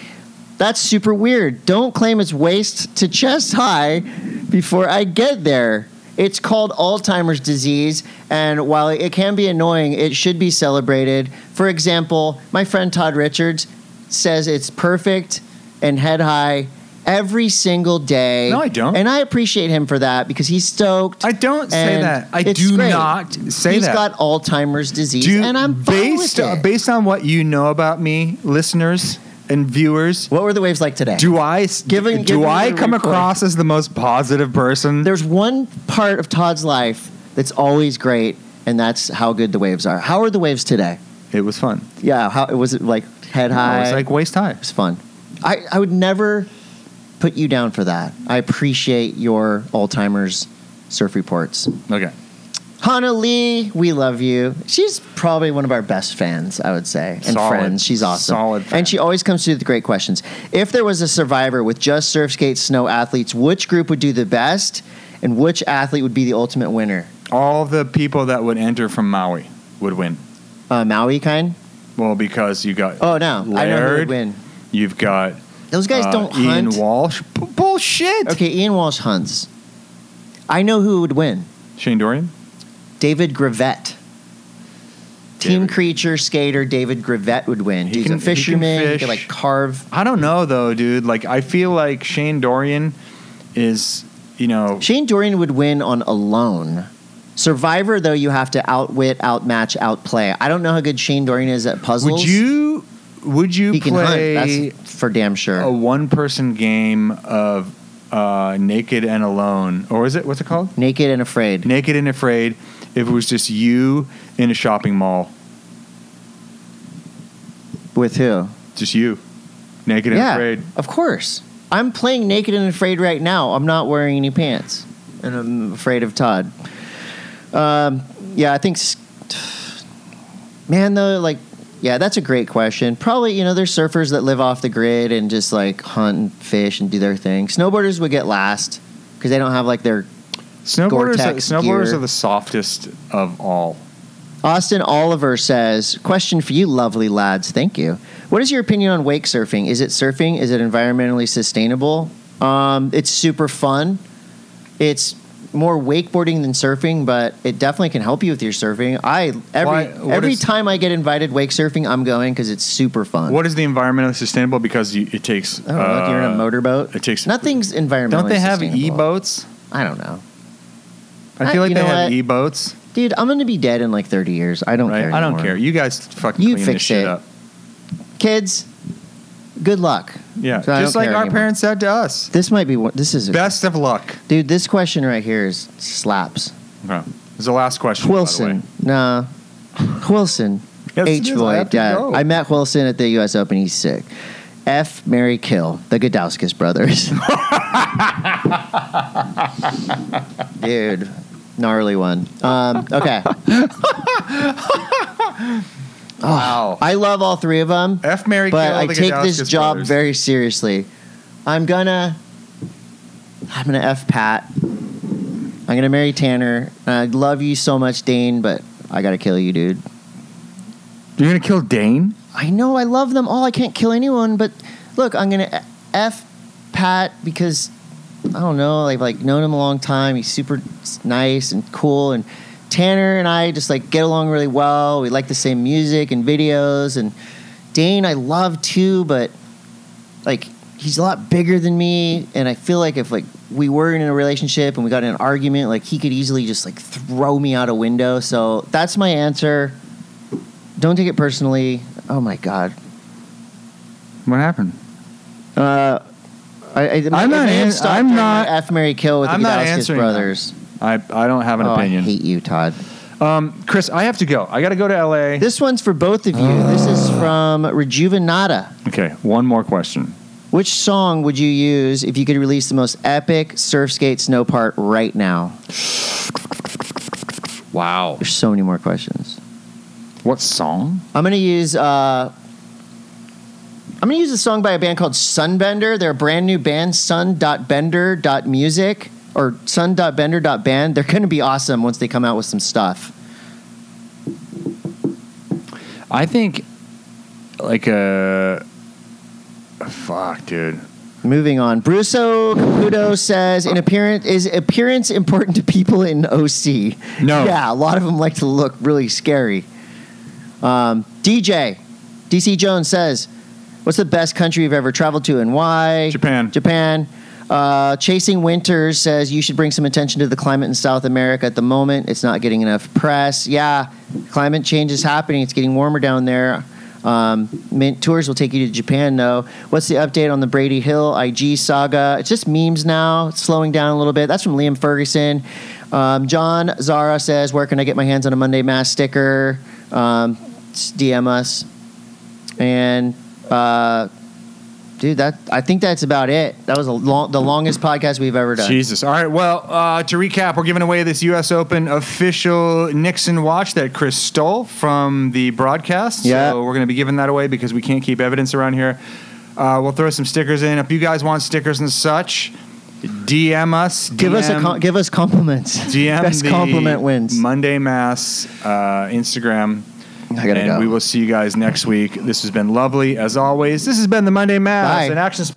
Speaker 2: That's super weird. Don't claim it's waist to chest high before I get there. It's called Alzheimer's disease, and while it can be annoying, it should be celebrated. For example, my friend Todd Richards says it's perfect and head high every single day.
Speaker 1: No, I don't.
Speaker 2: And I appreciate him for that because he's stoked.
Speaker 1: I don't say
Speaker 2: And
Speaker 1: that. I
Speaker 2: it's
Speaker 1: do
Speaker 2: great.
Speaker 1: not say
Speaker 2: He's
Speaker 1: that.
Speaker 2: got Alzheimer's disease,
Speaker 1: Do-
Speaker 2: and I'm fine
Speaker 1: based
Speaker 2: with it.
Speaker 1: based on what you know about me, listeners and viewers.
Speaker 2: what were the waves like today?
Speaker 1: Do I s-
Speaker 2: Given-
Speaker 1: do
Speaker 2: given
Speaker 1: I
Speaker 2: the
Speaker 1: come
Speaker 2: report.
Speaker 1: across as the most positive person?
Speaker 2: There's one part of Todd's life that's always great, and that's how good the waves are. How are the waves today?
Speaker 1: It was fun.
Speaker 2: Yeah, how was it like head high?
Speaker 1: I was like waist high.
Speaker 2: It was fun. I, I would never put you down for that. I appreciate your Alzheimer's surf reports.
Speaker 1: Okay.
Speaker 2: Hannah Lee, we love you. She's probably one of our best fans, I would say, and
Speaker 1: Solid.
Speaker 2: friends. She's awesome.
Speaker 1: Solid fan.
Speaker 2: And she always comes through with great questions. If there was a survivor with just surf, skate, snow athletes, which group would do the best and which athlete would be the ultimate winner?
Speaker 1: all the people that would enter from Maui would win.
Speaker 2: Uh, Maui kind?
Speaker 1: Well, because you got
Speaker 2: Oh no, I know who
Speaker 1: Laird.
Speaker 2: would win.
Speaker 1: You've got
Speaker 2: Those guys
Speaker 1: uh,
Speaker 2: don't
Speaker 1: Ian
Speaker 2: hunt.
Speaker 1: Walsh. B- bullshit.
Speaker 2: okay, Ian Walsh hunts. I know who would win.
Speaker 1: Shane Dorian.
Speaker 2: David Gravett. Team
Speaker 1: David-
Speaker 2: creature skater David Gravett would win.
Speaker 1: He
Speaker 2: He's
Speaker 1: can-
Speaker 2: a
Speaker 1: he can
Speaker 2: fisherman. He can,
Speaker 1: fish.
Speaker 2: like carve.
Speaker 1: I don't know though, dude. Like I feel like Shane Dorian is, you know,
Speaker 2: Shane Dorian would win on alone. Survivor though, you have to outwit, outmatch, outplay. I don't know how good Shane Dorian is at puzzles.
Speaker 1: would you would you
Speaker 2: He can
Speaker 1: play
Speaker 2: hunt. That's for damn sure.
Speaker 1: a one person game of uh, Naked and Alone or is it what's it called?
Speaker 2: Naked and afraid.
Speaker 1: Naked and Afraid if it was just you in a shopping mall,
Speaker 2: With who?
Speaker 1: just you. Naked and
Speaker 2: yeah,
Speaker 1: Afraid.
Speaker 2: of course. I'm playing naked and afraid right now. I'm not wearing any pants, and I'm afraid of Todd. Um, yeah, I think. s- Man, though, like, yeah, that's a great question. Probably, you know, there's surfers that live off the grid and just like hunt and fish and do their thing. Snowboarders would get last because they don't have like their
Speaker 1: Snowboarders are,
Speaker 2: Gore-Tex
Speaker 1: snowboarders
Speaker 2: gear.
Speaker 1: are the softest of all.
Speaker 2: Austin Oliver says, Question for you, lovely lads. Thank you. What is your opinion on wake surfing? Is it surfing? Is it environmentally sustainable? Um, it's super fun. It's more wakeboarding than surfing, but it definitely can help you with your surfing. I
Speaker 1: Why-
Speaker 2: every
Speaker 1: what
Speaker 2: every
Speaker 1: is-
Speaker 2: time I get invited wake surfing, I'm going because it's super fun.
Speaker 1: What is the environmentally sustainable because you, it takes
Speaker 2: I don't know, like you're in a
Speaker 1: uh,
Speaker 2: motorboat.
Speaker 1: it takes
Speaker 2: Nothing's environmentally
Speaker 1: Don't they have
Speaker 2: sustainable.
Speaker 1: e-boats?
Speaker 2: I don't know,
Speaker 1: I
Speaker 2: I-
Speaker 1: feel like
Speaker 2: you
Speaker 1: they
Speaker 2: know
Speaker 1: have
Speaker 2: what?
Speaker 1: e-boats.
Speaker 2: dude. I'm gonna be dead in like 30 years. I don't
Speaker 1: right?
Speaker 2: care.
Speaker 1: I don't
Speaker 2: anymore.
Speaker 1: care. You guys fucking
Speaker 2: You
Speaker 1: clean
Speaker 2: fix
Speaker 1: this shit
Speaker 2: it.
Speaker 1: up.
Speaker 2: Kids, good luck.
Speaker 1: Yeah,
Speaker 2: So I
Speaker 1: just
Speaker 2: don't
Speaker 1: like
Speaker 2: care
Speaker 1: our
Speaker 2: anymore.
Speaker 1: parents said to us.
Speaker 2: This might be one. This is
Speaker 1: Best of luck.
Speaker 2: Dude, this question right here is slaps.
Speaker 1: This is the last question.
Speaker 2: Wilson. Nah. Wilson.
Speaker 1: Yes, it
Speaker 2: H
Speaker 1: is. I
Speaker 2: Boy.
Speaker 1: have to
Speaker 2: Yeah.
Speaker 1: go.
Speaker 2: I met Wilson at the US Open. He's sick. F Mary Kill, the Godowskis brothers. Dude. Gnarly one. Um, okay.
Speaker 1: Wow.
Speaker 2: I love all three of them,
Speaker 1: F. Mary
Speaker 2: but
Speaker 1: Kill,
Speaker 2: I
Speaker 1: the
Speaker 2: take this
Speaker 1: Gadowskis
Speaker 2: job
Speaker 1: brothers.
Speaker 2: very seriously. I'm gonna I'm gonna F Pat. I'm gonna marry Tanner. And I love you so much, Dane, but I gotta kill you, dude.
Speaker 1: You're gonna kill Dane?
Speaker 2: I know I love them all. I can't kill anyone, but look, I'm gonna f Pat because I don't know. I've like known him a long time. He's super s- nice and cool, and Tanner and I just like get along really well. We like the same music and videos, and Dane I love too, but like he's a lot bigger than me, and I feel like if like we were in a relationship and we got in an argument, like he could easily just like throw me out a window. So that's my answer. Don't take it personally. Oh my god.
Speaker 1: What happened?
Speaker 2: Uh, I, I, my,
Speaker 1: I'm not
Speaker 2: my hand
Speaker 1: an-
Speaker 2: stopped
Speaker 1: I'm
Speaker 2: during my
Speaker 1: not-
Speaker 2: F Mary Kill with
Speaker 1: I'm
Speaker 2: the
Speaker 1: not
Speaker 2: Godowskis
Speaker 1: answering
Speaker 2: brothers.
Speaker 1: I I don't have an
Speaker 2: oh, I
Speaker 1: opinion.
Speaker 2: hate you, Todd.
Speaker 1: Um, Chris, I have to go. I gotta go to L.A.
Speaker 2: This one's for both of you. This is
Speaker 1: Uh.
Speaker 2: from Rejuvenata.
Speaker 1: okay, one more question.
Speaker 2: Which song would you use if you could release the most epic surf skate snow part right now?
Speaker 1: Wow.
Speaker 2: There's so many more questions.
Speaker 1: What song?
Speaker 2: I'm gonna use. Uh, I'm gonna use a song by a band called Sunbender. They're a brand new band, sun.bender.music or sun.bender.band. They're gonna be awesome once they come out with some stuff.
Speaker 1: I think like a. Fuck, dude.
Speaker 2: Moving on, Brusso Caputo says, "In appearance is appearance important to people in OC?
Speaker 1: No.
Speaker 2: yeah, a lot of them like to look really scary." Um, DJ DC Jones says, "What's the best country you've ever traveled to and why?"
Speaker 1: Japan.
Speaker 2: Japan. Uh, Chasing Winters says you should bring some attention to the climate in South America at the moment. It's not getting enough press. Yeah, climate change is happening. It's getting warmer down there. Um, Mint Tours will take you to Japan, though. What's the update on the Brady Hill IG saga? It's just memes now. It's slowing down a little bit. That's from Liam Ferguson. Um, John Zara says, Where can I get my hands on a Monday Mass sticker? Um, s- DM us. And. Uh, dude that i think that's about it that was a long, the longest podcast we've ever done
Speaker 1: Jesus. All right. Well, uh, to recap, we're giving away this U.S. Open official Nixon watch that Chris stole from the broadcast.
Speaker 2: Yeah.
Speaker 1: So we're going to be giving that away because we can't keep evidence around here. Uh, we'll throw some stickers in. If you guys want stickers and such, DM us.
Speaker 2: give
Speaker 1: DM,
Speaker 2: us a com- give us compliments
Speaker 1: DM
Speaker 2: best
Speaker 1: the
Speaker 2: compliment wins
Speaker 1: Monday Mass uh, Instagram.
Speaker 2: I gotta
Speaker 1: and
Speaker 2: go.
Speaker 1: we will see you guys next week. This has been lovely as always. This has been the Monday Mass,
Speaker 2: Bye.
Speaker 1: an action